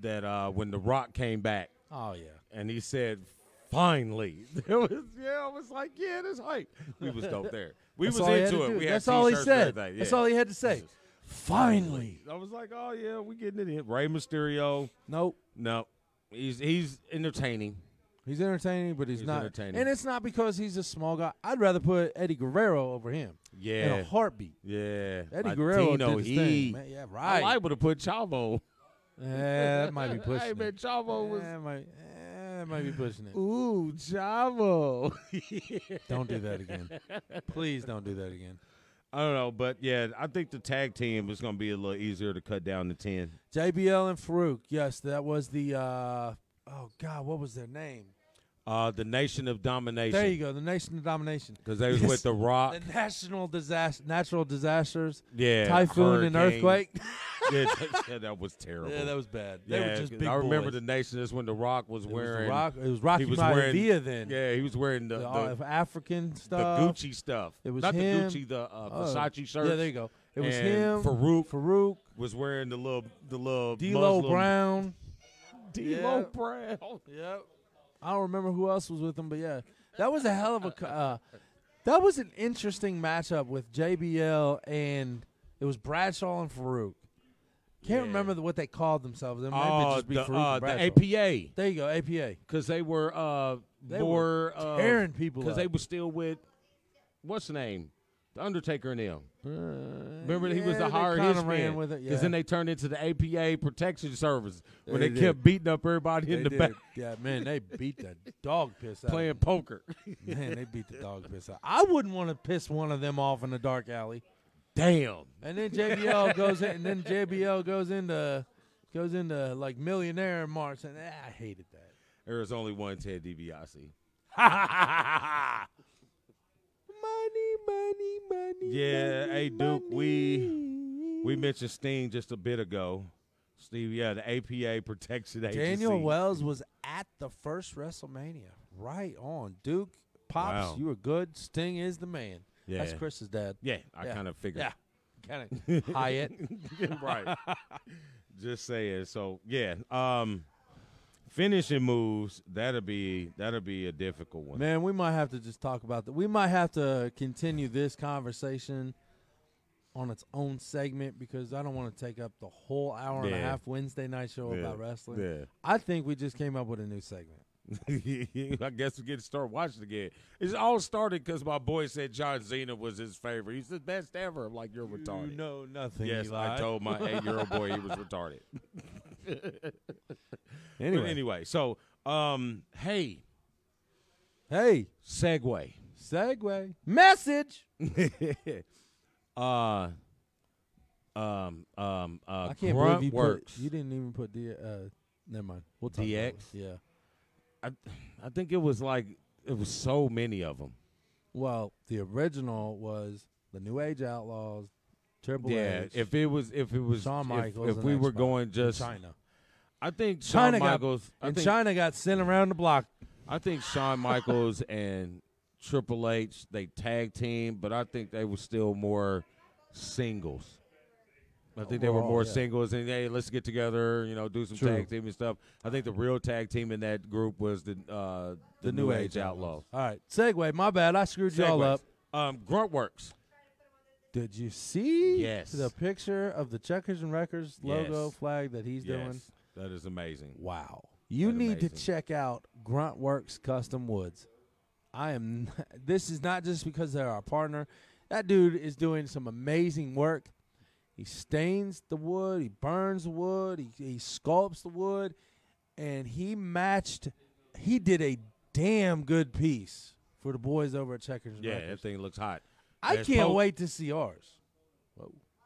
that uh, when The Rock came back Oh yeah. and he said, "Finally." It was, yeah, I was like, "Yeah, that's hype." We was dope there. We That's was all he had into to do. it. We That's had all he t-shirts said. And everything. That's yeah. all he had to say. Finally. I was like, "Oh yeah, we getting it in." Rey Mysterio, Nope. no, he's he's entertaining. He's entertaining, but he's, He's not entertaining. And it's not because he's a small guy. I'd rather put Eddie Guerrero over him. In Yeah, a heartbeat. yeah. Eddie Latino, Guerrero did his he. thing. Man, yeah, right. I would have put Chavo. yeah, that might be pushing hey it. man, Chavo was. Yeah, it might, eh, that might be pushing it. Ooh, Chavo. Don't do that again. Please don't do that again. I don't know, but yeah, I think the tag team is going to be a little easier to cut down to ten. JBL and Farouk. Yes, that was the. Uh, oh God, what was their name? Uh, the Nation of Domination. There you go. The Nation of Domination. Because they was Yes. with The Rock. The national disaster, natural disasters, Uh, yeah. typhoon and hurricane. earthquake. yeah, that, yeah, that was terrible. yeah, that was bad. Yeah, they were just 'cause big I remember boys. the Nation. That's when The Rock was It was the wearing. rock. It was Rocky he was wearing. Maivia then. Yeah, he was wearing the The, uh, all- the, African the stuff. Gucci stuff. It was not him. the Gucci, the uh, Oh, Versace shirt. Yeah, there you go. It was and him. Farouk Farouk. was wearing the little the little D'Lo Muslim- Brown. D'Lo Yeah. Brown. Yep. I don't remember who else was with him, but yeah, that was a hell of a. co- Uh, that was an interesting matchup with JBL and it was Bradshaw and Farouk. Can't Yeah. remember the, what they called themselves. It might Oh, just be the, Farouk uh, and the Bradshaw. APA. There you go, APA. because they were uh They more were tearing people because they up. were still with what's the name the Undertaker and them. Remember he was yeah, the they higher kinda his ran with it, yeah. then they turned into the APA Protection Service when They they, did. kept beating up everybody in They the did. back Yeah, man, they beat the dog piss out. playing poker. of them. man, they beat the dog piss out. I wouldn't want to piss one of them off in a dark alley. Damn. And then JBL goes in, and then JBL goes into goes into like millionaire marks, and ah, I hated that. There is only one Ted DiBiase. Money, money, money. Yeah, hey Duke, we we mentioned Sting just a bit ago. Steve, yeah, the APA Protection Agency. Daniel Wells was at the first WrestleMania. Right on, Duke. Pops, Wow. you were good. Sting is the man. That's Yeah. Chris's dad. Yeah, I kinda figured. Yeah. Kind of Hyatt. right. Just saying. So yeah, um, finishing moves that'll be that'll be a difficult one. Man, we might have to just talk about that. We might have to continue this conversation on its own segment because I don't want to take up the whole hour and a Yeah. half Wednesday night show Yeah. about wrestling. Yeah. I think we just came up with a new segment. I guess we get to start watching again. It's all started because my boy said John Cena was his favorite. He's the best ever. I'm like you're retarded. know nothing, Yes, Eli. I told my eight-year-old boy he was retarded. Anyway. But anyway, so um, hey, Hey, segue. segue message. uh, um, um, uh, I can't grunt believe you works. put. You didn't even put the. Uh, never mind. We'll talk about DX. it. Yeah. I, I think it was like it was so many of them. Well, the original was the New Age Outlaws, Triple Yeah, H, if it was, if it was, Shawn if- Michaels. if, and we X were Pac, going and just China. I think Shawn China Michaels. got I and think, China got sent around the block. I think Shawn Michaels and Triple H they tag team, but I think they were still more singles. I think they were Overall, more yeah. singles and hey, let's get together, you know, do some True. tag team and stuff. I think the real tag team in that group was the uh, the, New, Age, Outlaws. All right, segue. My bad, I screwed y'all Segues. up. Um, Gruntworks. Did you see Yes. the picture of the Checkers and Records logo Yes. flag that he's doing? Yes, that is amazing. Wow. You That's need to amazing. check out Gruntworks Custom Woods. I am this is not just because they're our partner. That dude is doing some amazing work. He stains the wood, he burns the wood, he, he sculpts the wood, and he matched he did a damn good piece for the boys over at Checkers. and Yeah, Records. that thing looks hot. I It's can't po- wait to see ours.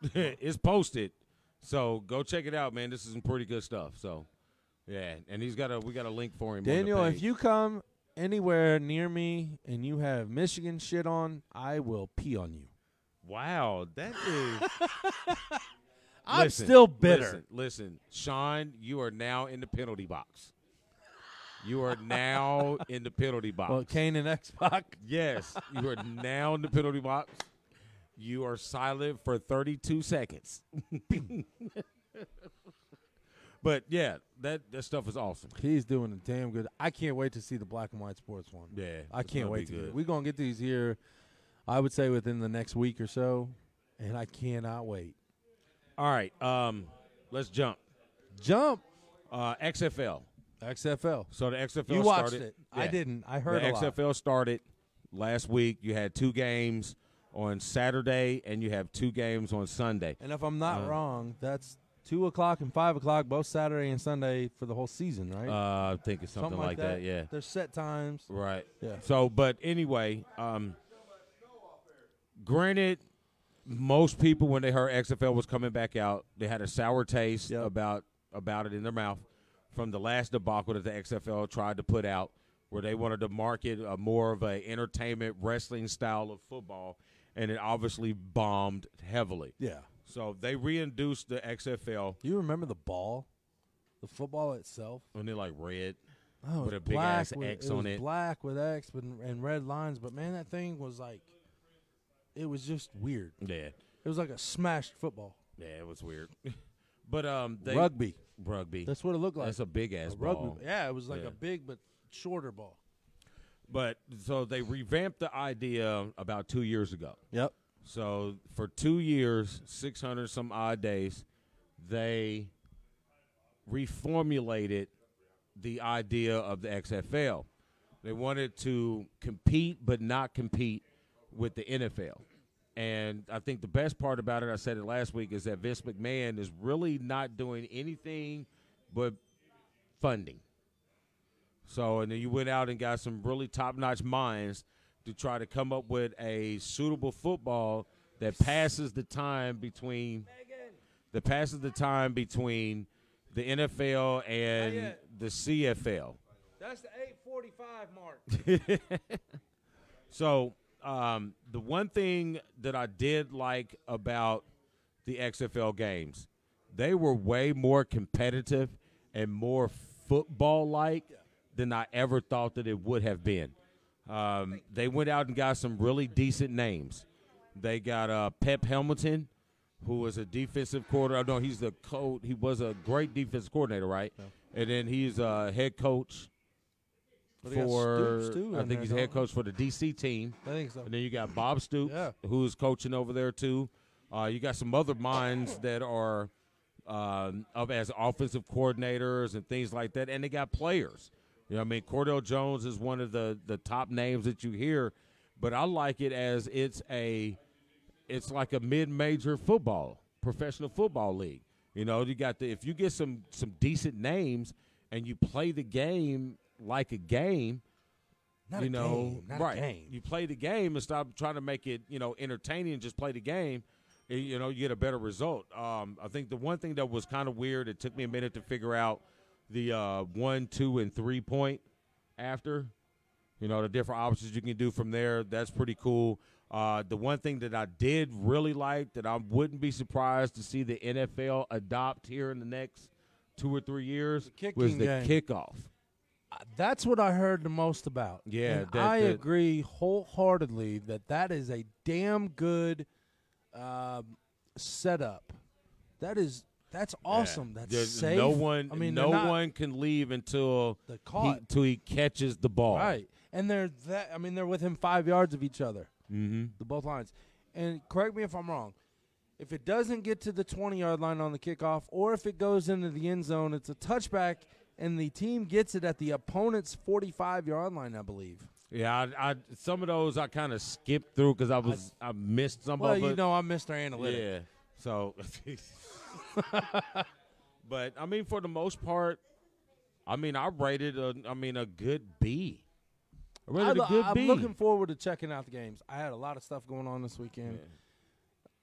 it's posted, so go check it out, man. This is some pretty good stuff. So, yeah, and he's got a we got a link for him. on the Daniel, if page. you come anywhere near me and you have Michigan shit on, I will pee on you. wow, that is I'm Listen, still bitter. Listen, listen, Sean, you are now in the penalty box. You are now in the penalty box. Well, Kane and X Pac. yes, you are now in the penalty box. You are silent for 32 seconds. but yeah, that that stuff is awesome. He's doing a damn good. I can't wait to see the black and white sports one. Yeah, I it's can't gonna wait be to. Get it. good. We're gonna get these here. I would say within the next week or so, and I cannot wait. All right, um, let's jump. Jump Uh, XFL. XFL. So the XFL You watched started- it. I Yeah. didn't. I heard the a lot. XFL started last week. You had two games on Saturday, and you have two games on Sunday. And if I'm Uh-huh. not wrong, that's two o'clock and five o'clock, both Saturday and Sunday for the whole season, right? Uh, I think it's something, like, that. Yeah. There's set times. Right. Yeah. So, but anyway, um, granted, most people when they heard XFL was coming back out, they had a sour taste Yep. about about it in their mouth from the last debacle that the XFL tried to put out, where they wanted to market a more of a entertainment wrestling style of football, and it obviously bombed heavily. Yeah. So they reinduced the XFL, You remember the ball, the football itself? and they're like red. Oh, it was With a big black ass with, X it on was it. Black with X with, and red lines, but man, that thing was like, it was just weird. Yeah, It was like a smashed football. yeah, it was weird. but um, they, rugby. rugby. That's what it looked like. That's a big ass A rugby. ball. Yeah, it was like Yeah. a big but shorter ball. But so they revamped the idea about two years ago. Yep. So for two years, six hundred some odd days, they reformulated the idea of the XFL. They wanted to compete but not compete with the NFL. And I think the best part about it, I said it last week, is that Vince McMahon is really not doing anything but funding. So, and then you went out and got some really top notch minds to try to come up with a suitable football that passes the time between that passes the time between the NFL and yet. the CFL. That's the 845 mark. So, um, the one thing that I did like about the XFL games, they were way more competitive and more football like than I ever thought that it would have been. Um, they went out and got some really decent names. They got uh, Pep Hamilton, who was a defensive coordinator. No, he's the coach. He was a great defensive coordinator, right? And then he's a head coach Well, they got for Stoops, too, I in think there, he's the head don't coach for the DC team. I think so. And then you got Bob Stoops, Yeah. who's coaching over there too. Uh, you got some other minds that are um, up as offensive coordinators and things like that, and they got players. You know, what I mean, Cordell Jones is one of the the top names that you hear, but I like it as it's a it's like a mid-major football professional football league you know you got the if you get some some decent names and you play the game like a game Not you a know game, not a right game. you play the game and stop trying to make it you know entertaining and just play the game y- you know you get a better result um, i think the one thing that was kind of weird it took me a minute to figure out the uh, one two and three point after you know the different options you can do from there that's pretty cool uh, the one thing that i did really like that i wouldn't be surprised to see the nfl adopt here in the next two or three years was kicking the game. kickoff That's what I heard the most about. Yeah, And that- I that- agree wholeheartedly that that is a damn good um, setup. That is that's awesome. That's There's safe. no one I mean, they're no not- one can leave until he, caught. till he catches the ball Right, and they're that. I mean, they're within five yards of each other. Mhm. The both lines. And correct me if I'm wrong. If it doesn't get to the 20 yard line on the kickoff, or if it goes into the end zone, it's a touchback, and the team gets it at the opponent's 45 yard line, I believe. yeah I, I some of those i kind of skipped through because i was I, missed some well, of it you know, I'm Mr. Analytic. Yeah. So, but I mean, for the most part, I mean, I rated a, I mean, a good B. I rated a I, good am B. looking forward to checking out the games. I had a lot of stuff going on this weekend.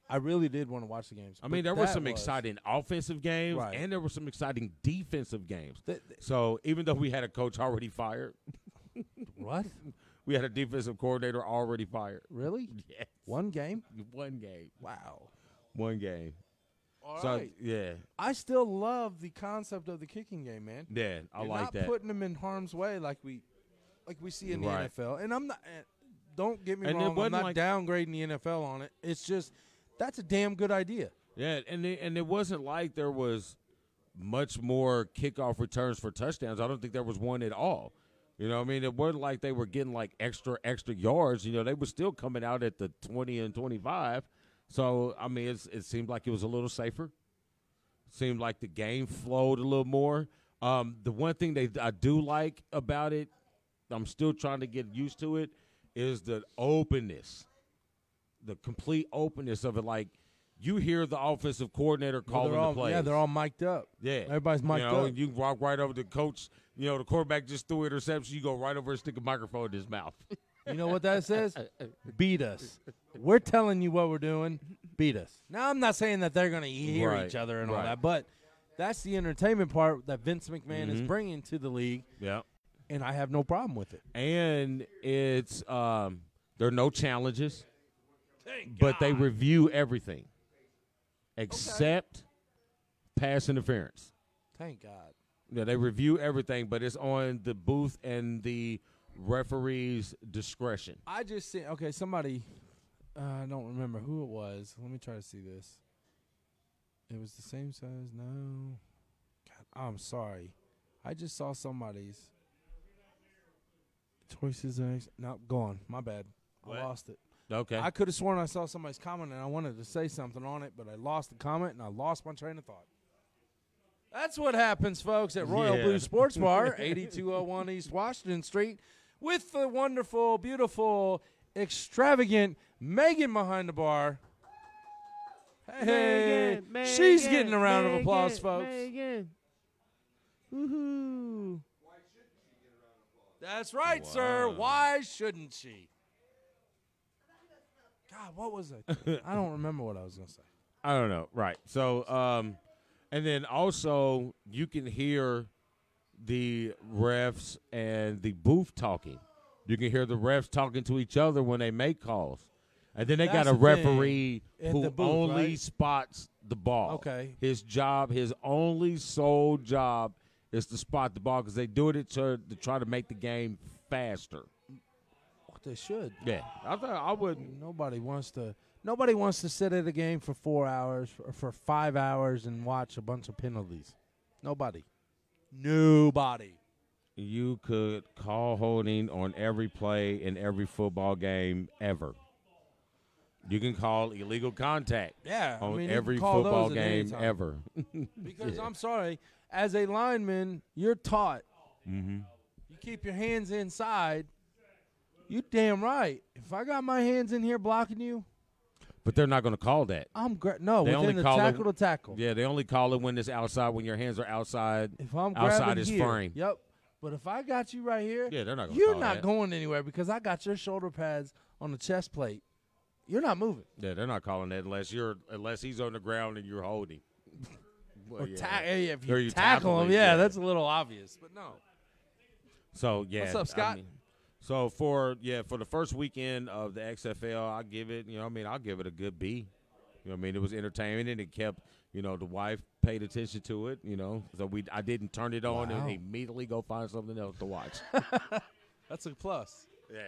I really did want to watch the games. I mean, but there were that some was- exciting offensive games, Right. and there were some exciting defensive games. Th- so, even though we had a coach already fired, what? We had a defensive coordinator already fired. Really? Yes. One game? One game. Wow. One game. All so, right. yeah. I still love the concept of the kicking game, man. Yeah, I You're like not that. putting them in harm's way like we, like we see in the Right. NFL. And I'm not. eh, Don't get me And it wrong. I'm wasn't not like- downgrading the NFL on it. It's just that's a damn good idea. Yeah, and it, and it wasn't like there was much more kickoff returns for touchdowns. I don't think there was one at all. You know, what I mean, it wasn't like they were getting like extra extra yards. You know, they were still coming out at the twenty and twenty five. So I mean, it's, it seemed like it was a little safer. Seemed like the game flowed a little more. Um, the one thing they I do like about it, I'm still trying to get used to it, is the openness the complete openness of it. Like you hear the offensive coordinator Well, calling they're all- the plays. Yeah, they're all mic'd up. Yeah. everybody's mic'd you know, up. You can walk right over to the coach. You know, the quarterback just threw interception. You go right over and stick a microphone in his mouth. You know what that says? Uh, Beat us. We're telling you what we're doing. Beat us. Now I'm not saying that they're going to hear Right, each other and all right. that, but that's the entertainment part that Vince McMahon is Mhm. bringing to the league, yeah. and I have no problem with it. And it's um, there are no challenges, but they review everything except pass interference. Thank God. Yeah, they review everything, but it's on the booth and the referee's discretion. I just see. Okay, somebody. Uh, I don't remember who it was. Let me try to see this. It was the same size. No. God, I'm sorry. I just saw somebody's. Choices. Ex- no, gone. My bad. I lost it. Okay. I could have sworn I saw somebody's comment and I wanted to say something on it, but I lost the comment and I lost my train of thought. That's what happens, folks, at Royal Yeah. Blue Sports Bar, 8201 East Washington Street, with the wonderful, beautiful, extravagant Megan behind the bar. Hey, she's getting a round of applause, folks. Woohoo! That's right, sir. Why shouldn't she? God, what was I? I don't remember what I was going to say. I don't know. Right. So, um, and then also you can hear the refs and the booth talking. You can hear the refs talking to each other when they make calls, and then they That's got a the referee thing. At who the booth, only right? spots the ball. Okay. His job, his only sole job, is to spot the ball because they do it to, to try to make the game faster. They should. Yeah, I thought I would. Nobody wants to. Nobody wants to sit at a game for four hours or for five hours and watch a bunch of penalties. Nobody. Nobody. You could call holding on every play in every football game ever. You can call illegal contact. Yeah, I on mean, you every can call football those at any game time. ever. Because I'm sorry, as a lineman, you're taught hmm you keep your hands inside. You damn right. If I got my hands in here blocking you, But they're not going to call that. I'm gra- no they Oh, within only the call tackle to it, tackle. Yeah, they only call it when it's outside, when your hands are outside. If I'm outside grabbing his here, frame. Yep. But if I got you right here, Yeah, they're not gonna You're call not that. going anywhere because I got your shoulder pads on the chest plate. You're not moving. Yeah, they're not calling that unless you're unless he's on the ground and you're holding. Well, Or yeah. ta- hey, if you, Or you tackle tackle him, him, yeah, yeah. that's a little obvious. But no, So yeah. What's up, I Scott? mean, so for yeah, for the first weekend of the XFL, I give it, you know, what I mean, I'll give it a good B. You know, what I mean, it was entertaining and it kept, you know, the wife paid attention to it, you know. So we I didn't turn it on Wow. and immediately go find something else to watch. that's a plus. yeah.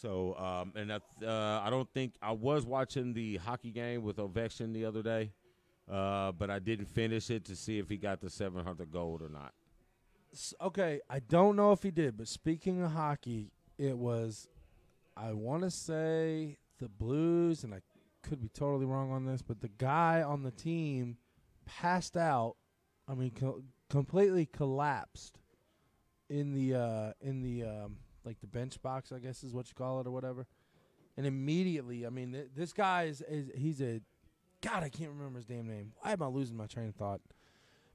So um and I th- uh I don't think I was watching the hockey game with Ovechkin the other day. Uh, but I didn't finish it to see if he got the 700 gold or not. S- okay, I don't know if he did, but speaking of hockey, it was, I want to say the Blues, and I could be totally wrong on this, but the guy on the team passed out. I mean, co- completely collapsed in the uh, in the um, like the bench box, I guess is what you call it or whatever. And immediately, I mean, th- this guy is, is he's a God. I can't remember his damn name. Why am I losing my train of thought?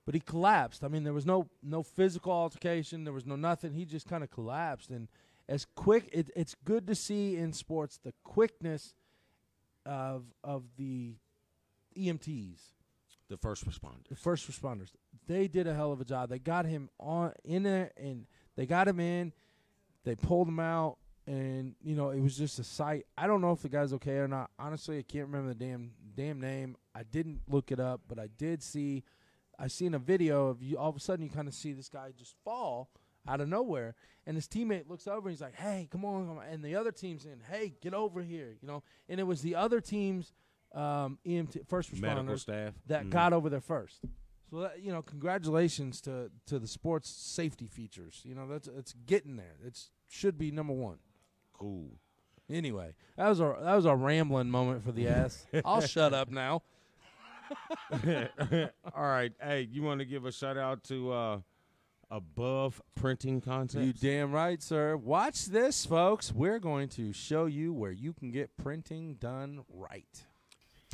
but he collapsed. I mean, there was no no physical altercation. There was no nothing. He just kind of collapsed. And as quick, it, it's good to see in sports the quickness of of the E EMTs, The first responder. the first responders. They did a hell of a job. They got him on in there, and they got him in. They pulled him out, and you know it was just a sight. I don't know if the guy's okay or not. Honestly, I can't remember the damn damn name. I didn't look it up, but I did see. I seen a video of you. All of a sudden, you kind of see this guy just fall out of nowhere, and his teammate looks over and he's like, "Hey, come on!" come on," And the other team's in, "Hey, get over here!" You know. And it was the other team's um, EMT first responders Medical staff. that Mhm. got over there first. So that, you know, congratulations to to the sports safety features. You know, that's it's getting there. It's should be number one. Cool. Anyway, that was our that was our rambling moment for the ass. I'll shut up now. All right. Hey, you want to give a shout out to uh, Above Printing Concepts? You damn right, sir. Watch this, folks. We're going to show you where you can get printing done right.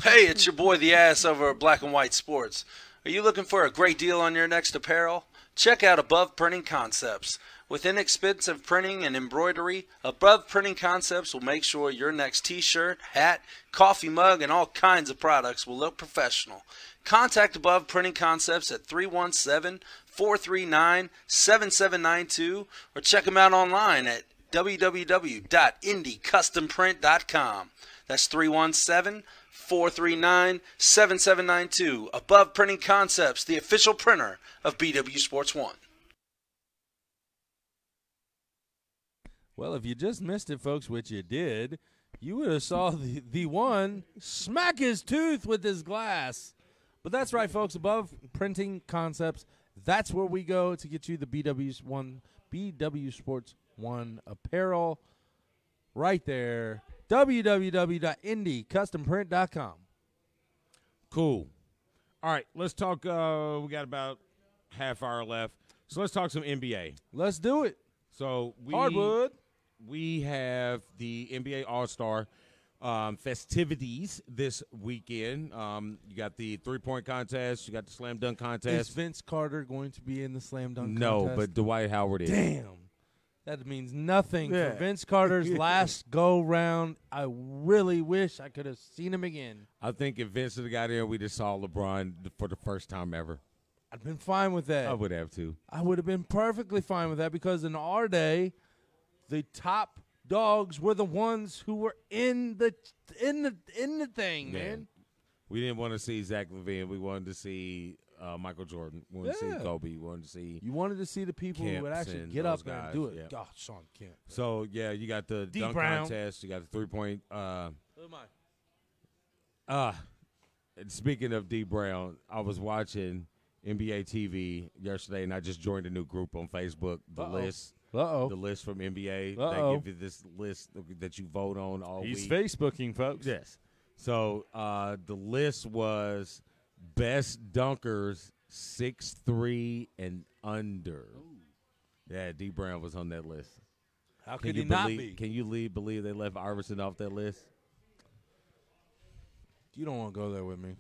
Hey, it's your boy the ass over at Black and White Sports. Are you looking for a great deal on your next apparel? Check out Above Printing Concepts. With inexpensive printing and embroidery, Above Printing Concepts will make sure your next t shirt, hat, coffee mug, and all kinds of products will look professional. Contact Above Printing Concepts at 317 439 7792 or check them out online at www.indycustomprint.com. That's 317 439 7792. Above Printing Concepts, the official printer of BW Sports 1. Well, if you just missed it, folks, which you did, you would have saw the, the one smack his tooth with his glass. But that's right, folks. Above printing concepts, that's where we go to get you the BW's one BW Sports One apparel. Right there, www.indycustomprint.com. Cool. All right. Let's talk. Uh, we got about half hour left, so let's talk some NBA. Let's do it. So we Hardwood. We have the NBA All Star um, festivities this weekend. Um, you got the three point contest. You got the slam dunk Is contest. Vince Carter going to be in the slam dunk? no, contest? but Dwight Howard is. Damn. That means nothing Yeah. for Vince Carter's last go round. I really wish I could have seen him again. I think if Vince had got in, we just saw LeBron for the first time ever. I'd been fine with that. I would have too. I would have been perfectly fine with that because in our day, the top dogs were the ones who were in the in the in the thing, Yeah. man. We didn't want to see Zach Levine. We wanted to see uh, Michael Jordan. We wanted to Yeah. see Kobe. We wanted to see. You wanted to see the people who Kemp would actually and get up those there and guys, do it. yeah. God, Sean Kemp. So yeah, you got the D. dunk Brown. contest. You got the three point. Uh, Who am I? uh, and speaking of D Brown, I was watching NBA TV yesterday, and I just joined a new group on Facebook. The Uh-oh. list. Uh-oh. The list from NBA. Uh-oh. They give you this list that you vote on all He's week. Facebooking, folks. Yes. So uh, the list was best dunkers six three and under. Yeah, D Brown was on that list. How Can could you he not believe, be? Can you leave, believe they left Iverson off that list? You don't want to go there with me.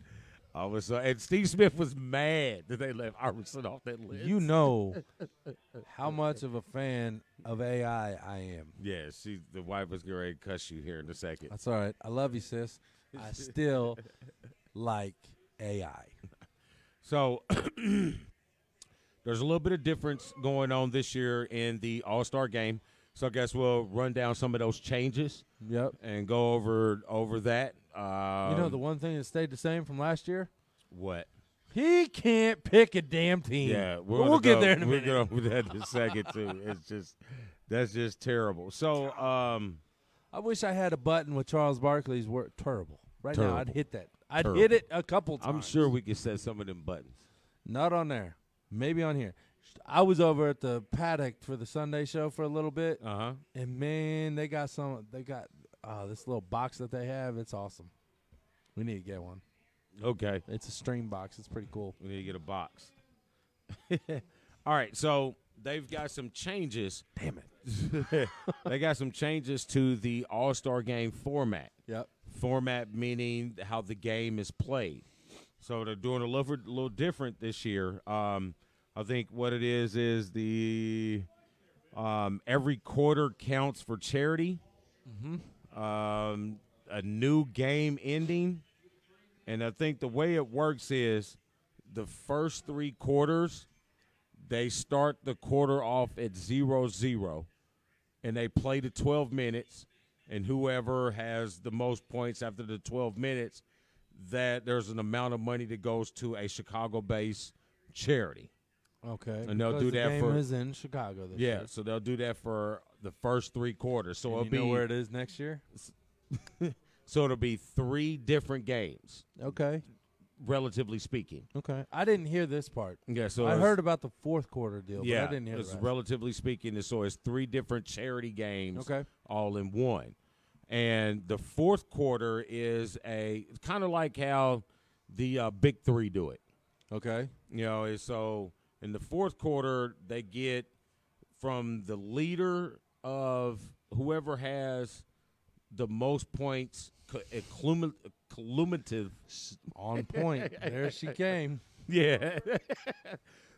I was uh, and Steve Smith was mad that they left Iverson off that list. You know how much of a fan of AI I am. Yeah, she the wife was going to cuss you here in a second. That's all right. I love you, sis. I still like AI. So there's a little bit of difference going on this year in the All Star game. So I guess we'll run down some of those changes. Yep. And go over over that. Um, you know the one thing that stayed the same from last year? what? He can't pick a damn team. Yeah, But we're we'll gonna get go- there in a we're minute. gonna- We're going to that in a second too. It's just that's just terrible. So um, I wish I had a button with Charles Barkley's work. Terrible. Right now, I'd Terrible. hit that. I'd hit Terrible. it a couple times. I'm sure we could set some of them buttons. Not on there. Maybe on here. I was over at the paddock for the Sunday show for a little bit. Uh huh. And man, they got some. They got uh, this little box that they have. It's awesome. We need to get one. Okay. It's a stream box. It's pretty cool. We need to get a box. All right, so they've got some changes. Damn it. they got some changes to the All Star game format. Yep. Format meaning how the game is played. So they're doing a little, little different this year. Um, I think what it is is the um, every quarter counts for charity, um, a new game ending. And I think the way it works is the first three quarters, they start the quarter off at zero zero, and they play the 12 minutes. And whoever has the most points after the 12 minutes, that there's an amount of money that goes to a Chicago based charity. Okay. And they'll because do the that game for is in Chicago this yeah, year. so they'll do that for the first three quarters. So And it'll you be know where it is next year. So it'll be three different games, Okay. relatively speaking. Okay. I didn't hear this part. Yeah, so I it's- heard about the fourth quarter deal. yeah, But I didn't hear it's the rest. relatively speaking. So it's three different charity games, Okay. all in one. And the fourth quarter is a kind of like how the uh, big three do it. Okay. You know, and so in the fourth quarter, they get from the leader of whoever has the most points, cu- acclum- accumulative. On point. There she came. Yeah.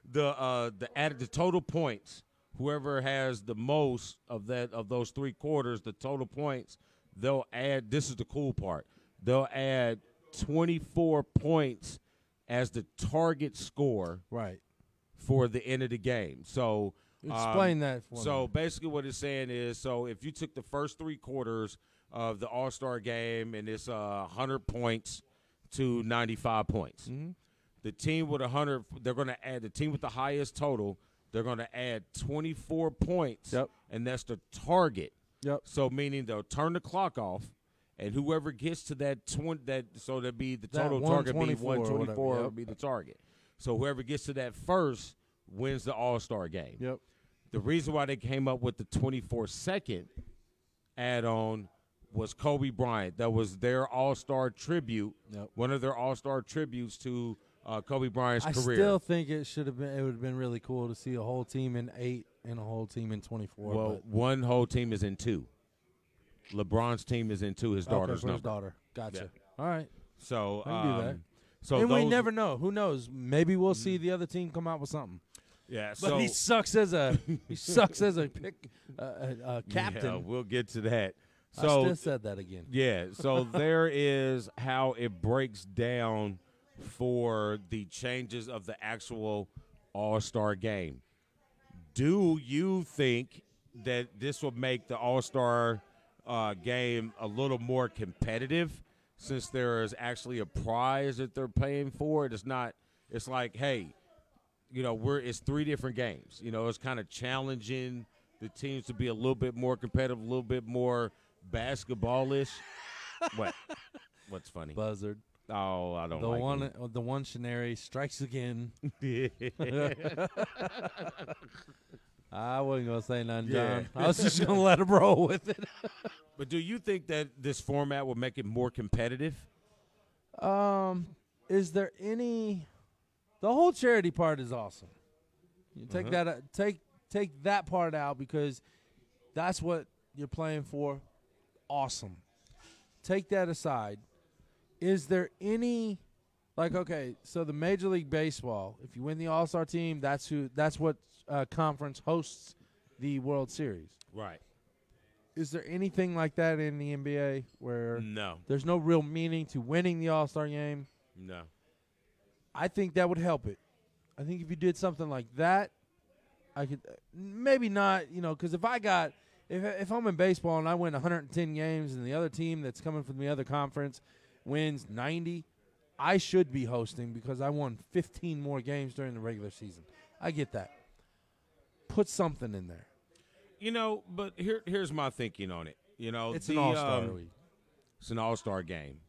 the uh the added the total points. Whoever has the most of that of those three quarters, the total points, they'll add this is the cool part. They'll add twenty four points as the target score right for the end of the game. So um, Explain that for so me. basically what it's saying is so if you took the first three quarters of the all-star game and it's uh, 100 points to 95 points Mm-hmm. the team with 100 they're going to add the team with the highest total they're going to add 24 points and that's the target yep so meaning they'll turn the clock off and whoever gets to that 20 that so that'd be the That total target be 124 or whatever, 124 yep. would be the target so whoever gets to that first wins the all-star game yep the reason why they came up with the 24 second add on was Kobe Bryant. That was their All Star tribute. One of their All Star tributes to uh, Kobe Bryant's I career. still think it should have been. It would have been really cool to see a whole team in eight and a whole team in twenty four. well, one whole team is in two. LeBron's team is in two. His Okay, daughter's for his number. daughter. Gotcha. Yeah. All right. So, I can do that. um, so and we those- never know. Who knows? Maybe we'll see the other team come out with something. Yeah, But he so- sucks as a he sucks as a pick uh, uh, uh, Yeah, captain. we'll get to that. I So still said that again. Yeah. So there is how it breaks down for the changes of the actual All Star game. Do you think that this will make the All Star uh, game a little more competitive, since there is actually a prize that they're paying for? It's not it's like, hey, you know, we're it's three different games. You know, it's kind of challenging the teams to be a little bit more competitive, a little bit more basketballish. what? What's funny? Buzzard. Oh, I don't the like one, him. uh, the one Shinari strikes again. I wasn't gonna say nothing, Yeah. John. I was just gonna let him roll with it. But do you think that this format will make it more competitive? Um, is there any? The whole charity part is awesome. You take Mhm. that uh, take take that part out because that's what you're playing for. Awesome. Take that aside. Is there any like okay, so the Major League Baseball, if you win the All-Star team, that's who that's what uh, conference hosts the World Series. Right. Is there anything like that in the NBA where No. there's no real meaning to winning the All-Star game? No. I think that would help it. I think if you did something like that, I could maybe not, you know, because if I got if if I'm in baseball and I win 110 games and the other team that's coming from the other conference wins 90, I should be hosting because I won 15 more games during the regular season. I get that. Put something in there. You know, but here here's my thinking on it. You know, It's the, an all-star um, week. It's an all star game,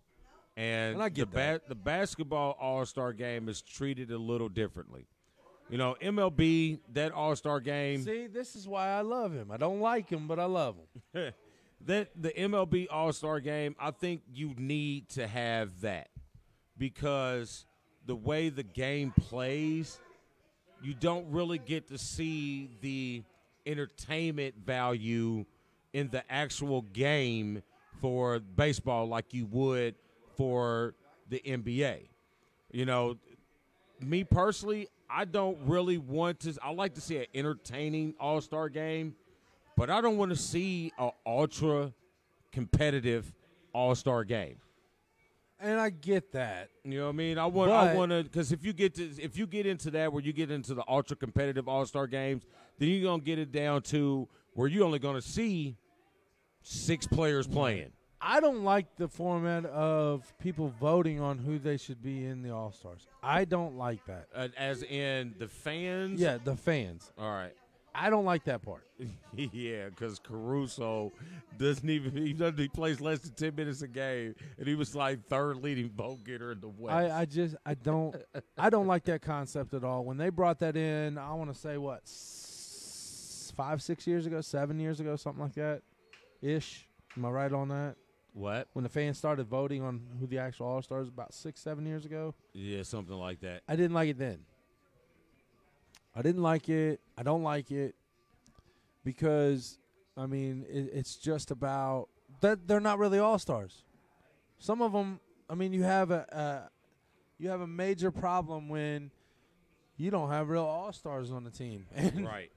and, And I get the, ba- the basketball all star game is treated a little differently. You know, MLB that all star game. See, this is why I love him. I don't like him, but I love him. that the MLB All Star Game, I think you need to have that because the way the game plays, you don't really get to see the entertainment value in the actual game for baseball like you would for the NBA. You know, me personally, I don't really want to. I like to see an entertaining All Star game, but I don't want to see an ultra competitive All Star game. And I get that. You know what I mean? I want. I But- want to because if you get to if you get into that where you get into the ultra competitive All Star games, then you're gonna get it down to where you're only gonna see six players playing. I don't like the format of people voting on who they should be in the All Stars. I don't like that. Uh, as in the fans. Yeah, the fans. All right. I don't like that part. yeah, because Caruso doesn't even he doesn't he plays less than ten minutes a game, and he was like third leading vote getter in the West. I, I just I don't I don't like that concept at all. When they brought that in, I want to say what s- five six years ago, seven years ago, something like that, ish. Am I right on that? What? When the fans started voting on who the actual All Stars about six seven years ago, yeah, something like that. I didn't like it then. I didn't like it. I don't like it because, I mean, it, it's just about that they're not really all stars. Some of them, I mean, you have a, a you have a major problem when you don't have real all stars on the team. And right.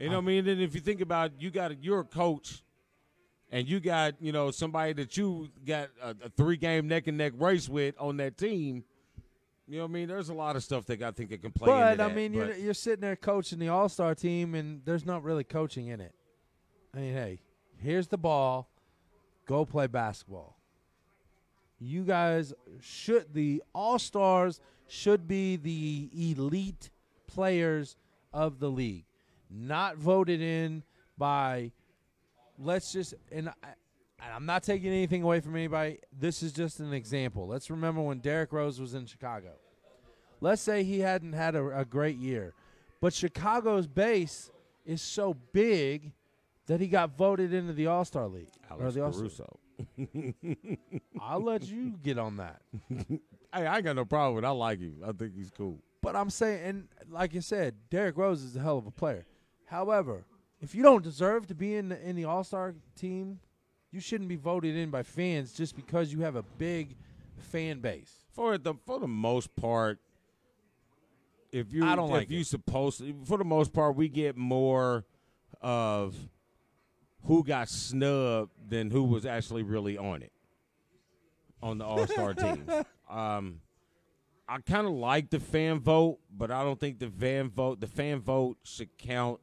You know what I mean? And if you think about, it, you got a, you're a coach, and you got you know somebody that you got a, a three game neck and neck race with on that team. You know what I mean? There's a lot of stuff that I think that can play. But into I that, mean, you're but- you're sitting there coaching the All Star team, and there's not really coaching in it. I mean, hey, here's the ball, go play basketball. You guys should the All Stars should be the elite players of the league, not voted in by. Let's just and. I, and I'm not taking anything away from anybody. This is just an example. Let's remember when Derrick Rose was in Chicago. Let's say he hadn't had a, a great year, but Chicago's base is so big that he got voted into the All Star League. Alex the All-Star- Caruso. I'll let you get on that. Hey, I ain't got no problem with. it. I like him. I think he's cool. But I'm saying, and like I said, Derrick Rose is a hell of a player. However, if you don't deserve to be in the, in the All Star team, you shouldn't be voted in by fans just because you have a big fan base. for the for the most part, if you I don't if like you supposed for the most part we get more of who got snubbed than who was actually really on it on the All Star teams. Um, I kind of like the fan vote, but I don't think the fan vote the fan vote should count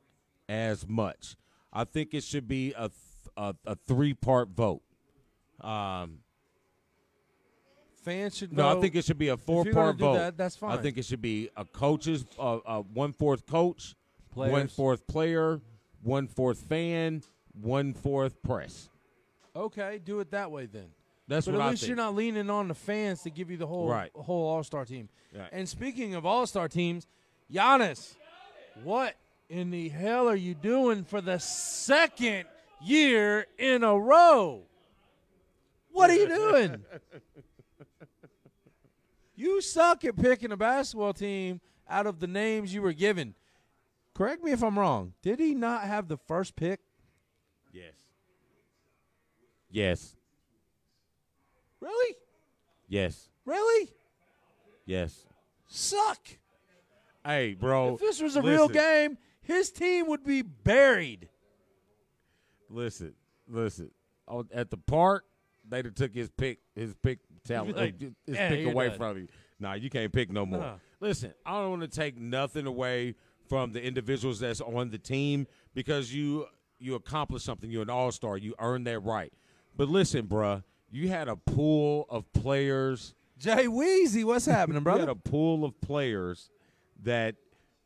as much. I think it should be a th- a, a three part vote. Um, fans should No, vote. I think it should be a If you're four gonna part do vote. that, that's fine. I think it should be a coach's uh, uh, one fourth coach, one Players. fourth player, one fourth fan, one fourth press. Okay, do it that way then. That's but what at I least you're think. not leaning on the fans to give you the whole Right. whole All Star team. Right. And speaking of All Star teams, Giannis, what in the hell are you doing for the second year in a row? What are you doing? you suck at picking a basketball team out of the names you were given. Correct me if I'm wrong. Did he not have the first pick? Yes. Yes. Really? Yes. Really? Yes. Suck. Hey, bro. If this was a real Oh, listen, game, his team would be buried. Listen, listen. Oh, At the park, they'd have took his pick, his pick talent, like, his his "Yeah, pick you're away done." from you. Nah, you can't pick no more. Nah. Listen, I don't want to take nothing away from the individuals that's on the team because you you accomplished something. You're an all star. You earned that right. But listen, bruh, you had a pool of players. Jay Weezy, what's happening, You brother? had a pool of players that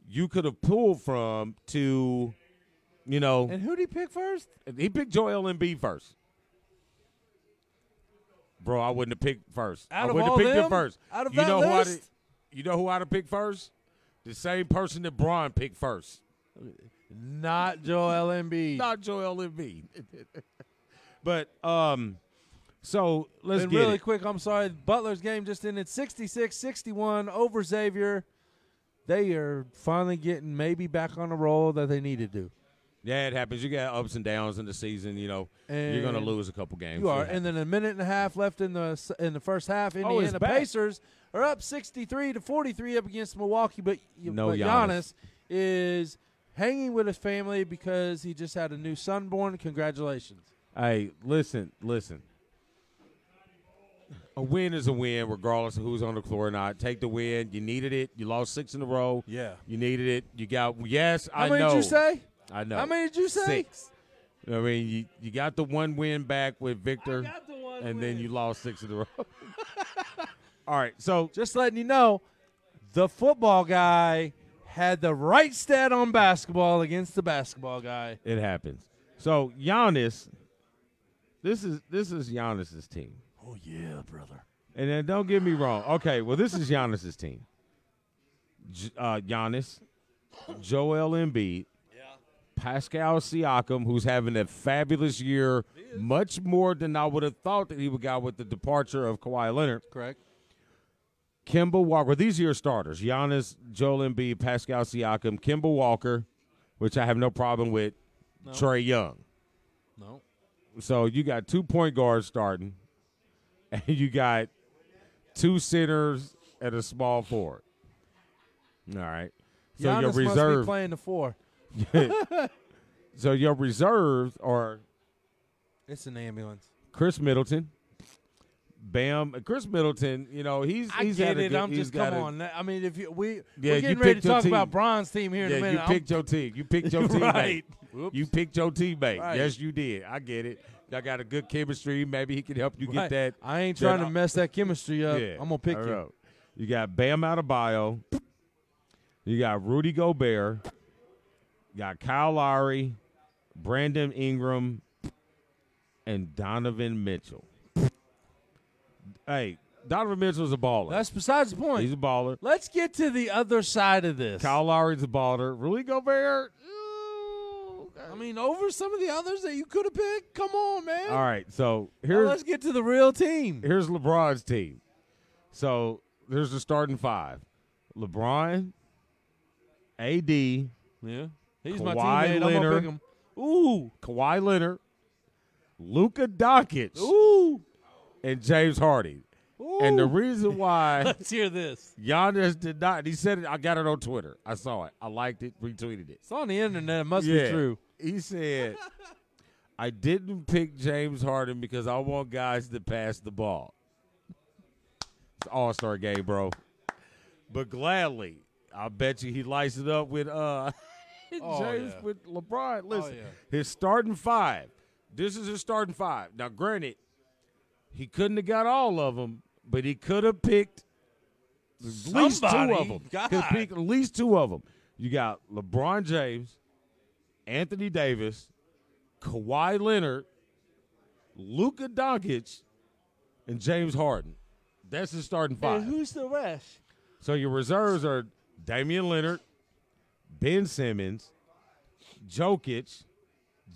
you could have pulled from to, you know. And who did he pick first? He picked Joel Embiid first. Bro, I wouldn't have picked first. I Out of wouldn't all have picked them? him first. Out of you that know who I'd- list? you know who I'd have picked first? The same person that Braun picked first. Not Joel Embiid. Not Joel Embiid. but um, so let's and get really it. quick, I'm sorry. Butler's game just ended 66-61 over Xavier. They are finally getting maybe back on the roll that they need to do. Yeah, it happens. You got ups and downs in the season. You know, you're gonna And lose a couple games. You are, It happens. and then a minute and a half left in the s- in the first half. Oh, it's Indiana back. Pacers are up 63 to 43 up against Milwaukee, but, y- No but Giannis Giannis. is hanging with his family because he just had a new son born. Congratulations. Hey, listen, listen. A win is a win, regardless of who's on the floor or not. Take the win. You needed it. You lost six in a row. Yeah. You needed it. You got yes. How I many did you know. say? I know. How many did you say? Six. I mean, you, you got the one win back with Victor, and then you lost six in a row. All right, so just letting you know, the football guy had the right stat on basketball against the basketball guy. it happens. So Giannis, this is this is Giannis's team. Oh yeah, brother. And then don't get me wrong. Okay, well, this is Giannis's team. J- uh, Giannis, Joel Embiid, Pascal Siakam, who's having a fabulous year, much more than I would have thought that he would got with the departure of Kawhi Leonard. Correct. Kimball Walker. These are your starters: Giannis, Joel Embiid, Pascal Siakam, Kimball Walker, which I have no problem with. No. Trey Young. No. So you got two point guards starting, and you got two centers and a small forward. All right. So Giannis your must be reserve. playing the four. so your reserves are It's an ambulance. Chris Middleton, Bam. Chris Middleton. You know he's I he's get had a it. good- I'm he's just got come a- on. I mean, if you, we Yeah, we're you getting ready picked to your talk team. about Bron's team here in a Yeah, minute. you I'm- picked your team. You picked your teammate. Right. You picked your teammate. Right. Yes, you did. I get it. Y'all got a good chemistry. Maybe he can help you Right. get that. I ain't that- trying to mess that chemistry up. Yeah, I'm gonna pick I you. know. You got Bam Adebayo. You got Rudy Gobert. You got Kyle Lowry, Brandon Ingram, and Donovan Mitchell. Hey, Donovan Mitchell's a baller. That's besides the point. He's a baller. Let's get to the other side of this. Kyle Lowry's a baller. Rudy Gobert. I mean, over some of the others that you could have picked. Come on, man. All right, so Now here's let's get to the real team. Here's LeBron's team. So there's the starting five: LeBron, AD, yeah, he's my teammate. Kawhi I'm gonna Leonard. pick him. Ooh, Kawhi Leonard, Luka Doncic, ooh, and James Harden. And the reason why let's hear this. Giannis did not, he said it. I got it on Twitter. I saw it. I liked it. Retweeted it. It's on the internet. It must be Yeah. true. He said, "I didn't pick James Harden because I want guys to pass the ball." It's All Star game, bro. But gladly, I bet you he lights it up with uh Oh, James yeah. Oh, with LeBron. Listen, yeah. his starting five. This is his starting five. Now, granted, he couldn't have got all of them, but he could have picked at least two Somebody, of them. God. Could pick at least two of them. You got LeBron James, Anthony Davis, Kawhi Leonard, Luka Doncic, and James Harden. That's his starting five. And who's the rest? So your reserves are Damian Leonard, Ben Simmons, Jokic,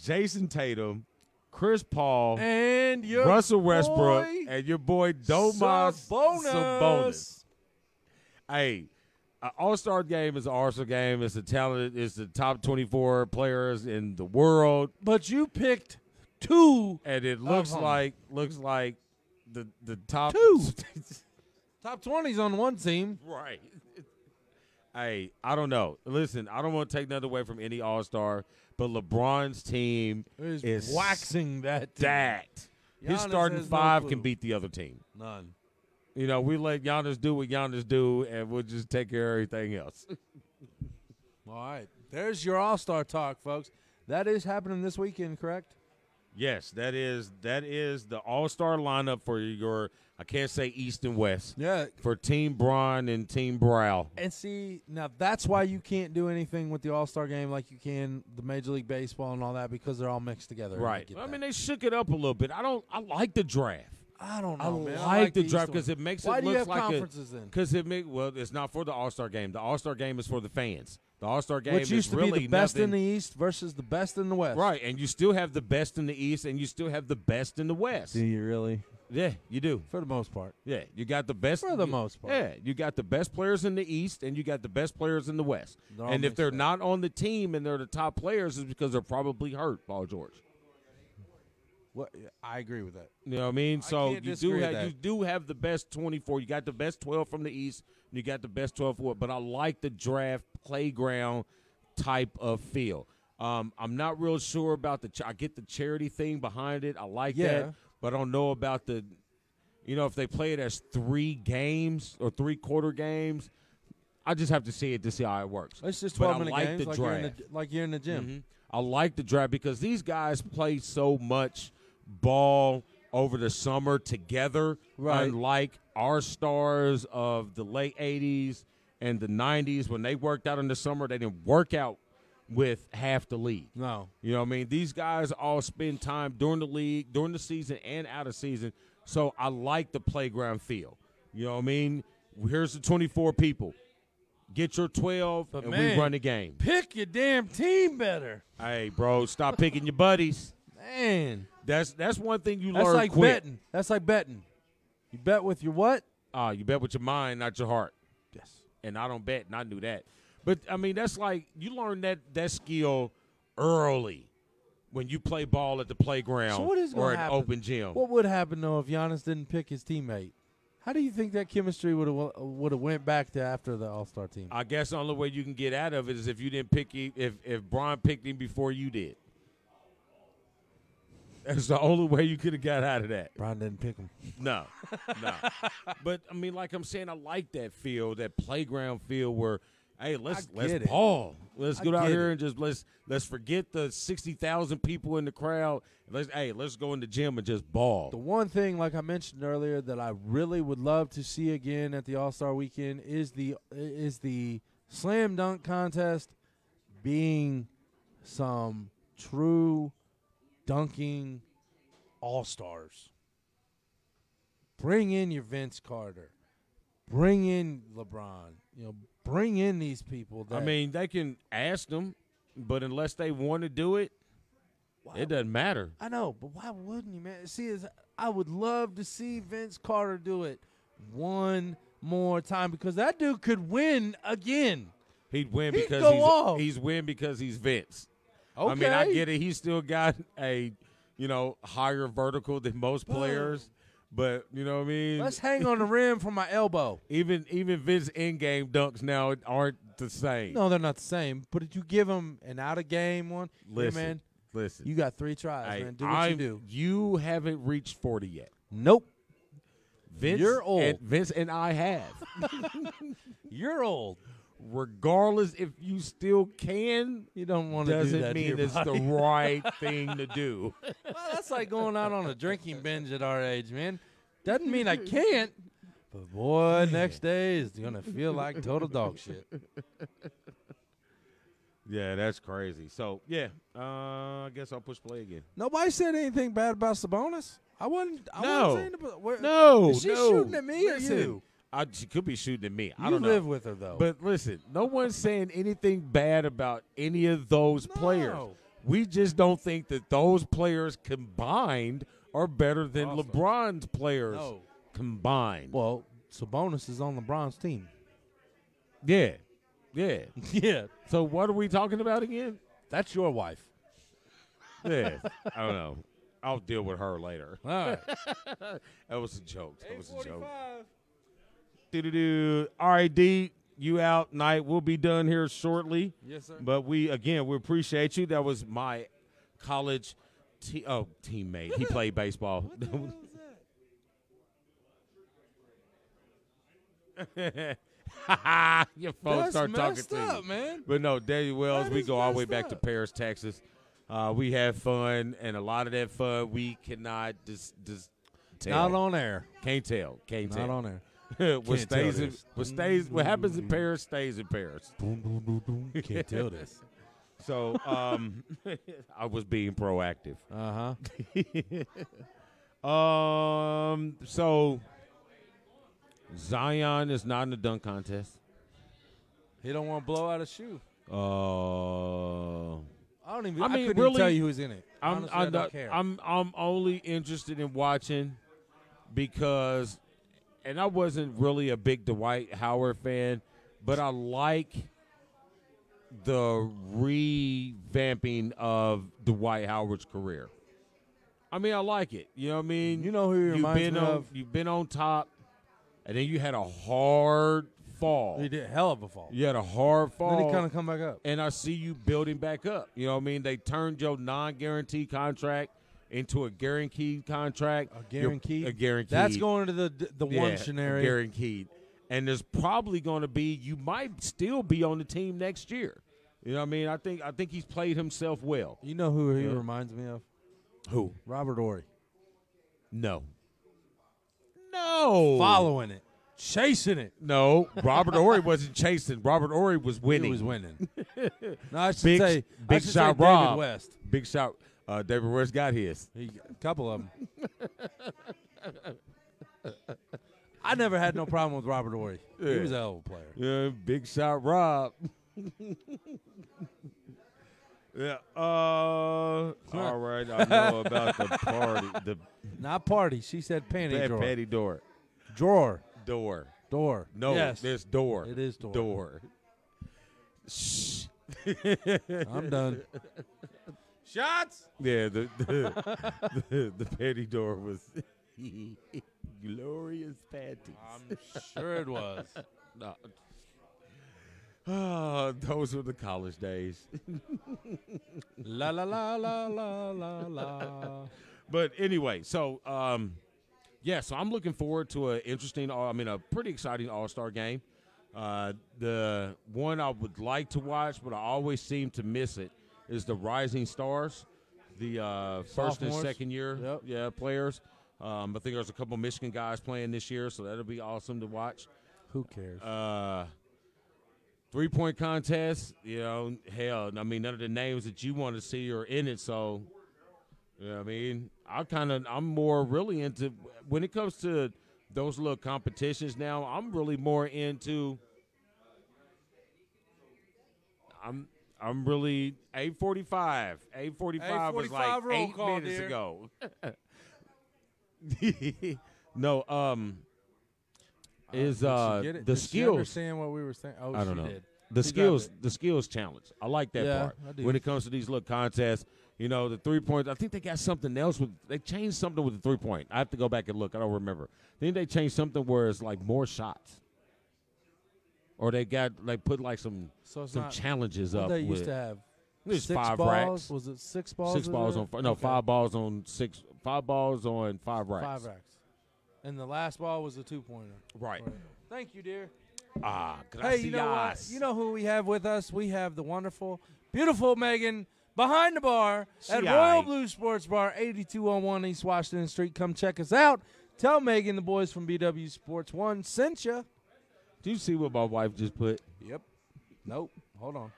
Jason Tatum, Chris Paul, and your Russell Westbrook, boy, and your boy Domas Sabonis. Sabonis. Hey, an All Star game is an All Star game. It's the talented. It's the top twenty four players in the world. But you picked two, and it looks them. like looks like the the top Top 20s on one team. Right. Hey, I don't know. Listen, I don't want to take nothing away from any All Star, but LeBron's team Is is, waxing that team. That his Giannis starting has no five clue. can beat the other team. None. You know, we let Giannis do what Giannis do, and we'll just take care of everything else. All right. There's your all star talk, folks. That is happening this weekend, correct? yes, that is that is the All Star lineup for your. I can't say East and West. Yeah. For Team Braun and Team Brow. And see, now that's why you can't do anything with the all star game like you can the Major League Baseball and all that because they're all mixed together. and I Right. get I mean, they shook it up a little bit. I don't. I like the draft. I don't I know, Oh, man. like, I like the, the draft East one. because it makes Why it do you look have like conferences then? Because it make well, it's not for the All Star game. The All Star game is for the fans. The All Star game Which is used to really be the best nothing, in the East versus the best in the West. right, and you still have the best in the East, and you still have the best in the West. Do you really? Yeah, you do for the most part. Yeah, you got the best For the you- most part. Yeah, you got the best players in the East, and you got the best players in the West. They're all and if mixed they're not on the team and they're the top players, it's because they're probably hurt. Paul George. What I agree with that. You know what I mean? so can't you disagree do with have that. you do have the best twenty four. You got the best twelve from the East. And you got the best twelve for But I like the draft playground type of feel. Um, I'm not real sure about the. Ch- I get the charity thing behind it. I like Yeah. that, but I don't know about the. You know, if they play it as three games or three quarter games, I just have to see it to see how it works. It's just But I 12 minute like games the like, you're in draft. the, like you're in the gym. Mhm. I like the draft because these guys play so much ball over the summer together, Right. unlike our stars of the late 80s and the 90s. When they worked out in the summer, they didn't work out with half the league. No. You know what I mean? These guys all spend time during the league, during the season, and out of season. So I like the playground feel. You know what I mean? Here's the 24 people. Get your 12, and man, we run the game. Pick your damn team better. Hey, bro, stop picking your buddies. Man. That's that's one thing you That's learn like quick. betting. That's like betting. You bet with your what? Ah, you bet with your mind, not your heart. Yes. And I don't bet, and I knew that. But I mean, that's like you learn that that skill early when you play ball at the playground So what is or going an to happen? open gym. What would happen though if Giannis didn't pick his teammate? How do you think that chemistry would have would have went back to after the All Star team? I guess the only way you can get out of it is if you didn't pick him, if if Brian picked him before you did. That's the only way you could have got out of that. Brian didn't pick him. No, no. but I mean, like I'm saying, I like that feel, that playground feel where, hey, let's let's get it. ball, let's I go out get here it. and just let's let's forget the sixty thousand people in the crowd. Let's hey, let's go in the gym and just ball. The one thing, like I mentioned earlier, that I really would love to see again at the All Star Weekend is the is the slam dunk contest being some true dunking All Stars. Bring in your Vince Carter, bring in LeBron, you know, bring in these people. That I mean, they can ask them, but unless they want to do it, it doesn't matter. I know, but why wouldn't you, man? See, is I would love to see Vince Carter do it one more time because that dude could win again. He'd win He'd because go he's off. he's win because he's Vince. I mean, I Okay. get it. He's still got a you know higher vertical than most players, but you know what I mean. Let's hang on the rim for my elbow. Even even Vince in game dunks now aren't the same. No, they're not the same. But if you give him an out of game one, hey, listen, man, listen. you got three tries, Hey, man. Do what I'm- you do. You haven't reached forty yet. Nope. Vince, You're old. And Vince and I have. You're old. Regardless if you still can, you don't want to do doesn't that to mean your it's the body. right thing to do. Well, that's like going out on a drinking binge at our age, man. Doesn't mean I can't, But boy, next day is gonna feel like total dog shit. Yeah, that's crazy. So yeah, uh, I guess I'll push play again. Nobody said anything bad about Sabonis. I wasn't. I No. wasn't saying about, where, No, Is she no. shooting at me or Look at you? you. I, she could be shooting at me. I You don't know. live with her, though. But listen, no one's saying anything bad about any of those players. We just don't think that those players combined are better than LeBron's players No. combined. Well, Sabonis is on LeBron's team. Yeah, yeah, yeah. So what are we talking about again? That's your wife. Yeah, I don't know. I'll deal with her later. All right. that was a joke. That was a joke. Do-do-do. All right, D, you out night. We'll be done here shortly. Yes, sir. But we again, we appreciate you. That was my college te- oh teammate. He played baseball. Your phone That's start talking messed to up, you, man. But no, Daddy Wells, That we is go all the way messed back to up. Paris, Texas. Uh, we have fun, and a lot of that fun we cannot just dis- tell. Not on air. Can't tell. Can't Not tell. on air. Can't what tell stays in, this. Mm-hmm. what stays what happens in Paris stays in Paris. Can't tell this. So um, I was being proactive. Uh-huh. Uh huh. um. So Zion is not in the dunk contest. He don't want to blow out a shoe. Uh, I don't even. I, couldn't even tell you who's in it. I'm, Honestly, I'm I not- don't care. I'm I'm only interested in watching because, and I wasn't really a big Dwight Howard fan, but I like the revamping of Dwight Howard's career. I mean, I like it. You know what I mean? You know who he reminds been me on, of? You've been on top, and then you had a hard fall. he did a hell of a fall. You had a hard fall. Then he kind of come back up. And I see you building back up. You know what I mean? They turned your non-guaranteed contract into a guaranteed contract. A guaranteed? A guaranteed. That's going to the the Yeah, one scenario. Guaranteed. And there's probably going to be you might still be on the team next year. You know what I mean? I think I think he's played himself well. You know who he Yeah. reminds me of? Who? Robert Ory. No. No. Following it, chasing it. No, Robert Ory wasn't chasing. Robert Ory was winning. He was winning. no, I should Big, say. I big should shot, say Rob. David West. Big shot. Uh, David West got his. He, a couple of them. I never had no problem with Robert Ory. He Yeah. was a hell of a player. Yeah, big shot Rob. yeah. Uh, all right. I know about the party. The Not party. She said panty bad drawer. patty door. Drawer. Door. Door. No, Yes. there's door. It is door. Door. Shh. I'm done. Shots. Yeah, the the, the, the patty door was glorious patties. I'm sure it was. no. Ah, those were the college days. La la la la la la la. But anyway, so um, yeah, so I'm looking forward to an interesting, all- I mean, a pretty exciting All Star game. Uh, the one I would like to watch, but I always seem to miss it, is the Rising Stars, the uh, first and Sophomores. second year Yep. yeah players. Um, I think there's a couple Michigan guys playing this year, so that'll be awesome to watch. Who cares? Uh, three point contest, you know, hell, I mean, none of the names that you want to see are in it. So, you know what I mean, I kind of, I'm more really into when it comes to those little competitions now, I'm really more into, I'm, I'm really 845. 845 was like 8:45 roll eight call, minutes dear. ago. no, um, is Did uh she get it? the Did she skills understand what we were saying? Oh, I don't she know. did. The She grabbed skills, it. the skills challenge. I like that Yeah, part. I do. When it comes to these little contests, you know, the three points. I think they got something else with. They changed something with the three point. I have to go back and look. I don't remember. Then they changed something where it's like more shots, or they got they put like some So it's some not- challenges what up. They with, used to have There's six five balls. racks. Was it six balls? six in balls there? on fi- no Okay. five balls on six five balls on five racks. Five racks. And the last ball was a two pointer. Right. Thank you, dear. Ah, Hey, you know what? gracias. You know who we have with us? We have the wonderful, beautiful Megan behind the bar at She Royal aight. oh Blue Sports Bar, 8201 East Washington Street. Come check us out. Tell Megan the boys from BW Sports One sent you. Do you see what my wife just put? Yep. Nope. Hold on.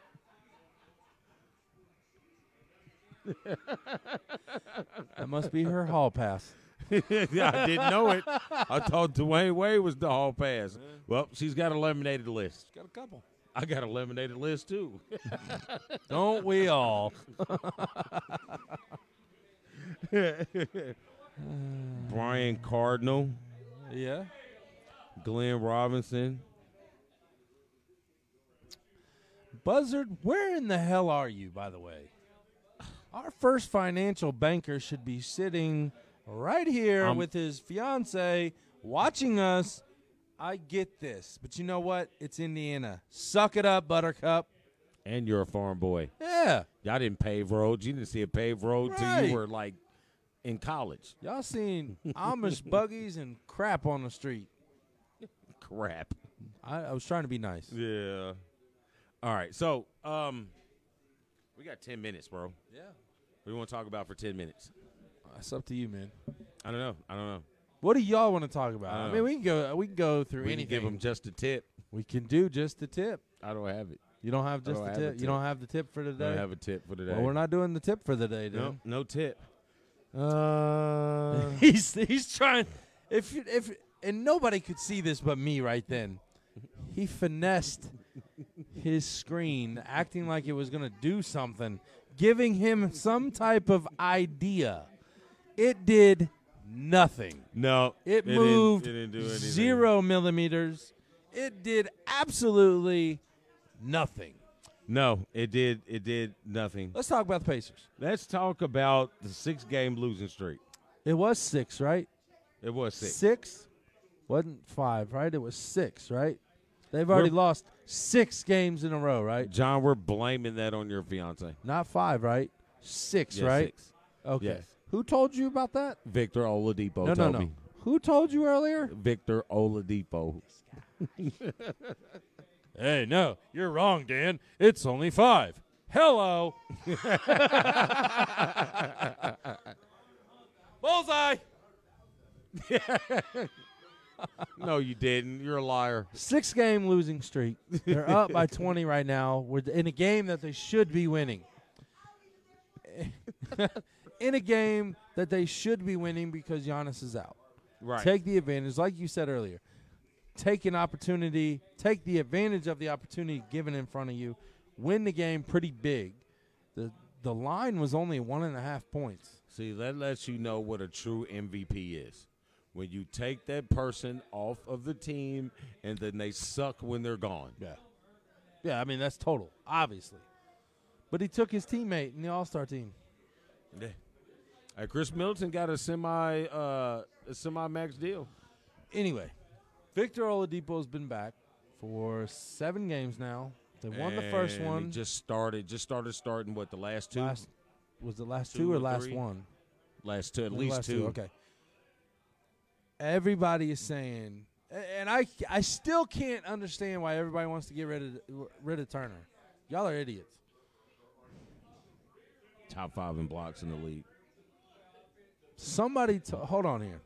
that must be her hall pass. yeah, I didn't know it. I thought Dwayne Wade was the hall pass. Well, she's got a laminated list. Got a couple. I got a laminated list too. Don't we all? Brian Cardinal, Yeah. Glenn Robinson. Buzzard, where in the hell are you, by the way? Our first financial banker should be sitting right here I'm- with his fiance watching us. I get this, but you know what? It's Indiana. Suck it up, Buttercup. And you're a farm boy. Yeah. Y'all didn't pave roads. You didn't see a paved road till Right. you were like in college. Y'all seen Amish buggies and crap on the street. Crap. I, I was trying to be nice. Yeah. All right. So, um, we got ten minutes, bro. Yeah. What do you want to talk about for ten minutes? It's up to you, man. I don't know. I don't know. What do y'all want to talk about? I I, don't mean, know. we can go. uh, We can go through Uh, We can anything. give them just a tip. we can do just the tip. I don't have it. You don't have Oh, I just don't the have tip. a You tip. don't have the tip for I today. don't have a tip for today. Well, we're not doing the tip for the day, dude. No, no tip. Uh, he's he's trying. If you- if and nobody could see this but me right then. He finessed his screen, acting like it was gonna do something, giving him some type of idea. It did nothing. No. It didn't- moved it didn't do anything. zero millimeters. It did absolutely nothing. No, it did. It did nothing. Let's talk about the Pacers. Let's talk about the six-game losing streak. It was six, right? It was six. Six? Wasn't five, right? It was six, right? They've already We're- lost six games in a row, right? John, we're blaming that on your fiance. Not five, right? Six, Yeah, right? six. Okay. Yes. Who told you about that? Victor Oladipo no, told no, no. me. Who told you earlier? Victor Oladipo. Hey, no, you're wrong, Dan. It's only five. Hello. Bullseye. no, you didn't. You're a liar. Six game losing streak. They're up by 20 right now. We're in a game that they should be winning. in a game that they should be winning because Giannis is out. Right. Take the advantage, like you said earlier. Take an opportunity, take the advantage of the opportunity given in front of you. Win the game pretty big. The the line was only one and a half points. See, that lets you know what a true MVP is. When you take that person off of the team and then they suck when they're gone. Yeah. Yeah, I mean that's total, obviously. But he took his teammate in the All Star team. Yeah. Uh, Chris Middleton got a semi uh, a semi max deal. Anyway, Victor Oladipo's been back for seven games now. They won the first And he one. Just started. Just started starting what the last two. Last- was the last two, two or or last three? one? Last two, at The least last two. Okay. Everybody is saying, a- and I, I still can't understand why everybody wants to get rid of rid of Turner. Y'all are idiots. Top five in blocks in the league. Somebody, t- hold on here.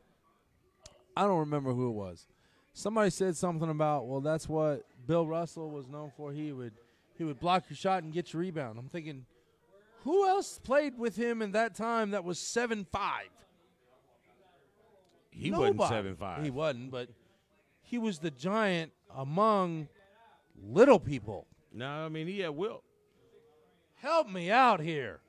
I don't remember who it was. Somebody said something about, well, that's what Bill Russell was known for. He would he would block your shot and get your rebound. I'm thinking, who else played with him in that time that was seven five? He wasn't Nobody. seven five. He wasn't, but he was the giant among little people. no, I mean he had will. Help me out here.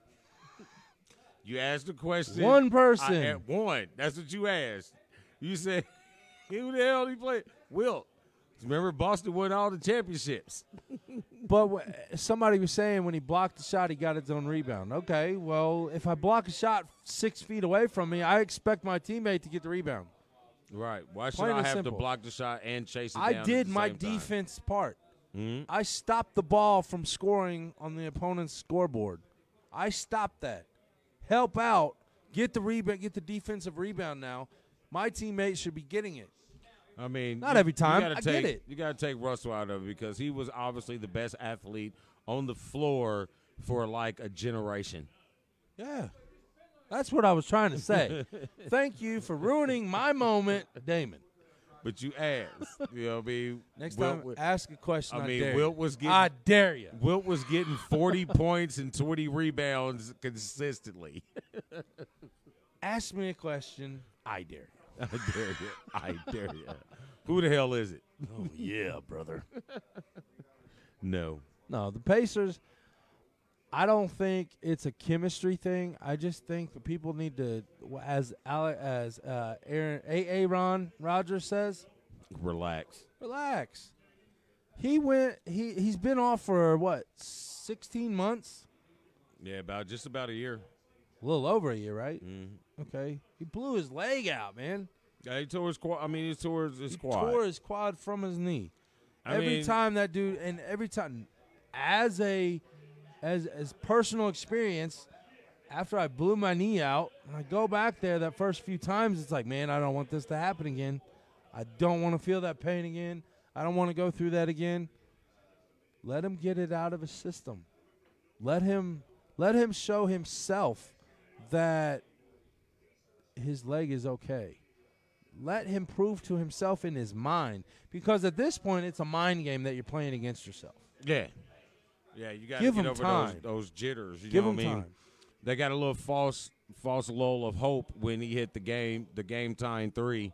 You asked the question. One I person. had one. That's what you asked. You said, "Who the hell he played?" Wilt. Remember, Boston won all the championships. But w- somebody was saying when he blocked the shot, he got his own rebound. Okay, well, if I block a shot six feet away from me, I expect my teammate to get the rebound. Right. Why should Plain I and have simple. to block the shot and chase it down I at did the my same time? defense part. Mhm. I stopped the ball from scoring on the opponent's scoreboard. I stopped that. Help out. Get the rebound. Get the defensive rebound now. My teammate should be getting it. I mean, Not every time. gotta I get take- it. You got to take Russell out of it because he was obviously the best athlete on the floor for like a generation. Yeah. That's what I was trying to say. Thank you for ruining my moment, Damon. But you asked. You know what I mean? Next time, ask a question, I I mean, dare you. Wilt was getting. I dare you. Wilt was getting forty points and twenty rebounds consistently. Ask me a question. I dare I dare you. I dare you. Who the hell is it? Oh, yeah, brother. No. No, the Pacers. I don't think it's a chemistry thing. I just think that people need to, as Ale- as uh, Aaron A. A. Ron Rogers says, Relax. relax. He went. He he's been off for what sixteen months, Yeah, about just about a year. a little over a year, right? Mhm. Okay, he blew his leg out, man. Yeah, he tore his quad. I mean, he tore his, his quad. Tore his quad from his knee. I every mean- time that dude, and every time, as a, as as personal experience, after I blew my knee out, and I go back there that first few times, it's like, man, I don't want this to happen again. I don't want to feel that pain again. I don't want to go through that again. Let him get it out of his system. Let him let him show himself that his leg is okay. Let him prove to himself in his mind because at this point it's a mind game that you're playing against yourself. Yeah. Yeah, you got to Give get him over time. those those jitters. You Give know what I him mean? time. They got a little false false lull of hope when he hit the game the game time three.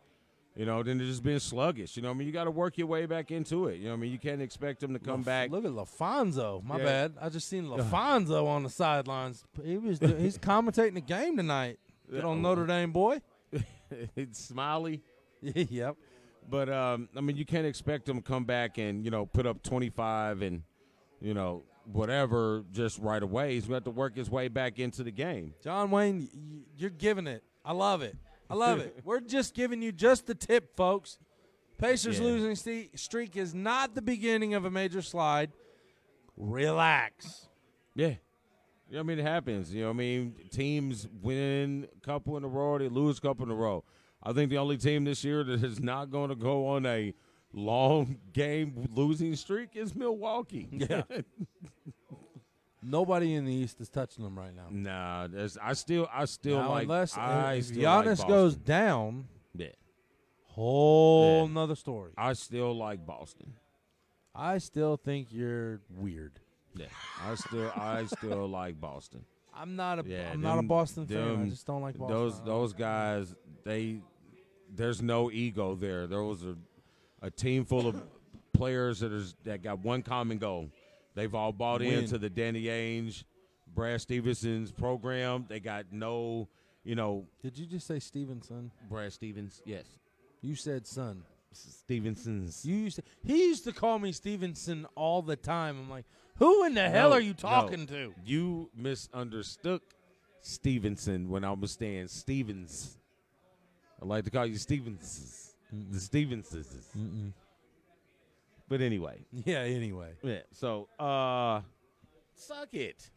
You know, then it's just been sluggish. You know, what I mean, you got to work your way back into it. You know, what I mean, you can't expect him to come Laf- back. Look at LaFonso. My Yeah. bad. I just seen LaFonso on the sidelines. He was do- he's commentating the game tonight. Good on Notre Dame boy. it's smiley. yep. But um, I mean, you can't expect him to come back and you know put up twenty five and you know whatever just right away. He's going to have to work his way back into the game. John Wayne, y- y- you're giving it. I love it. I love it. We're just giving you just the tip, folks. Pacers Yeah. losing ste- streak is not the beginning of a major slide. Relax. Yeah. You know what I mean? It happens. You know what I mean? Teams win a couple in a row, they lose a couple in a row. I think the only team this year that is not going to go on a long game losing streak is Milwaukee. Yeah. Nobody in the East is touching them right now. nah, that's, I still I still Now, like unless I eh, if still like Giannis Boston. goes down, Yeah. whole Yeah. nother story. I still like Boston. I still think you're weird. Yeah. I still I still like Boston. I'm not a Yeah, am not a them- Boston fan. I them- just don't like Boston. Those those guys, they there's no ego there. Those are a team full of players that is that got one common goal. They've all bought Win. into the Danny Ainge, Brad Stevenson's program. They got no, you know, Did you just say Stevenson? Brad Stevens. Yes, You said son. Stevenson's. You used to, he used to call me Stevenson all the time. I'm like, who in the hell No, are you talking no. to? You misunderstood Stevenson when I was saying Stevens. I like to call you Stevens. The Stevenses. But anyway. Yeah. Anyway, Yeah. So, uh suck it.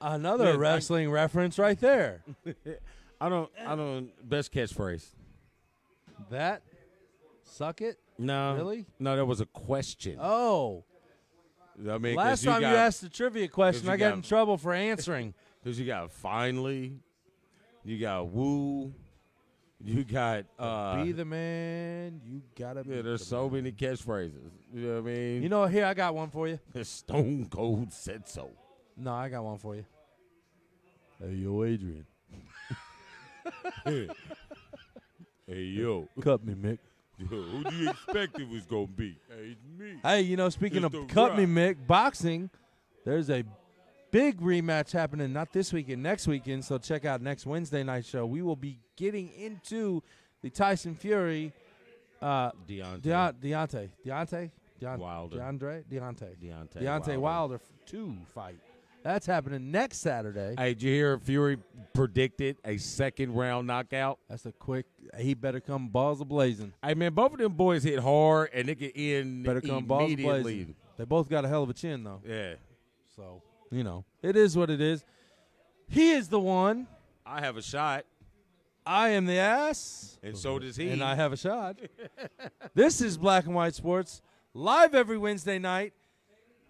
another Yeah, I- wrestling reference right there. I don't I don't best catchphrase. That suck it. No. Really? No, that was a question. Oh, I mean, 'cause last time you got, asked the trivia question, you I got, got- in trouble for answering. Cuz you got finally, you got woo, you got uh be the man. You gotta be. Yeah, there's the so man. many catchphrases. You know what I mean? You know, here I got one for you. Stone Cold said so. No, I got one for you. Hey, yo, Adrian, hey, yo. cut me, Mick. Who do you expect it was going to be? Hey, it's me. Hey, you know, speaking It's of the cut me, Rock. Mick, boxing, there's a big rematch happening not this weekend, next weekend. So check out next Wednesday night show. We will be getting into the Tyson Fury, uh, Deontay. Deon- Deontay, Deontay, Deon- Wilder. DeAndre, Deontay, Deontay Deontay Wilder. Wilder f- two fight. That's happening next Saturday. Hey, did you hear Fury predicted a second round knockout? That's a quick. He better come balls a blazing. Hey, man, both of them boys hit hard and they could end Better come balls a immediately. blazing. They both got a hell of a chin though. Yeah. So you know, it is what it is. He is the one. I have a shot, I am the ass, and so does he. and I have a shot. this is Black and White Sports, live every Wednesday night.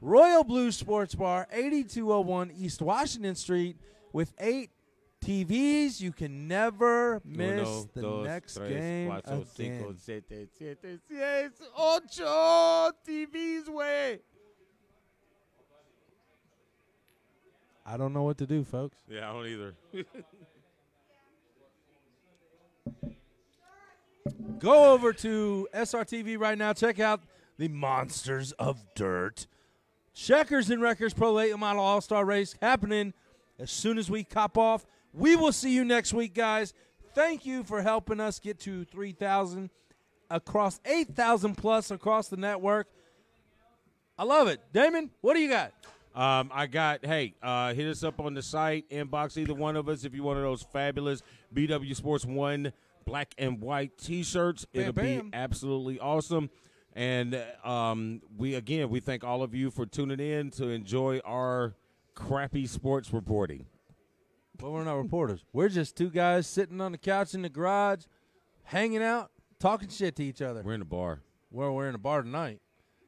Royal Blue Sports Bar, 8201 East Washington Street, with eight TVs. You can never miss Uno, the dos, next tres, game. cuatro, again. cinco, siete, siete, Yes, ocho TV's way. I don't know what to do, folks. Yeah, I don't either. Go over to SRTV right now. Check out the Monsters of Dirt. Checkers and Wreckers Pro Late Model All Star Race happening as soon as we cop off. We will see you next week, guys. Thank you for helping us get to 3,000 across 8,000 plus across the network. I love it. Damon, what do you got? Um, I got, hey, uh, hit us up on the site, inbox either one of us if you want one of those fabulous BW Sports 1 black and white t shirts. Bam, It'll bam. be absolutely awesome. And um, we, again, we thank all of you for tuning in to enjoy our crappy sports reporting. But we're not reporters. We're just two guys sitting on the couch in the garage, hanging out, talking shit to each other. We're in a bar. Well, we're in a bar tonight.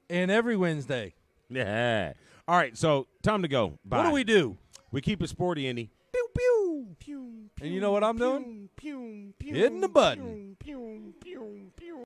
And every Wednesday. Yeah. All right, so time to go. Bye. do we do? We keep it sporty, Indy. Pew, pew. Pew, And you know what I'm doing? pew, pew. Hitting the button. Pew, pew, pew.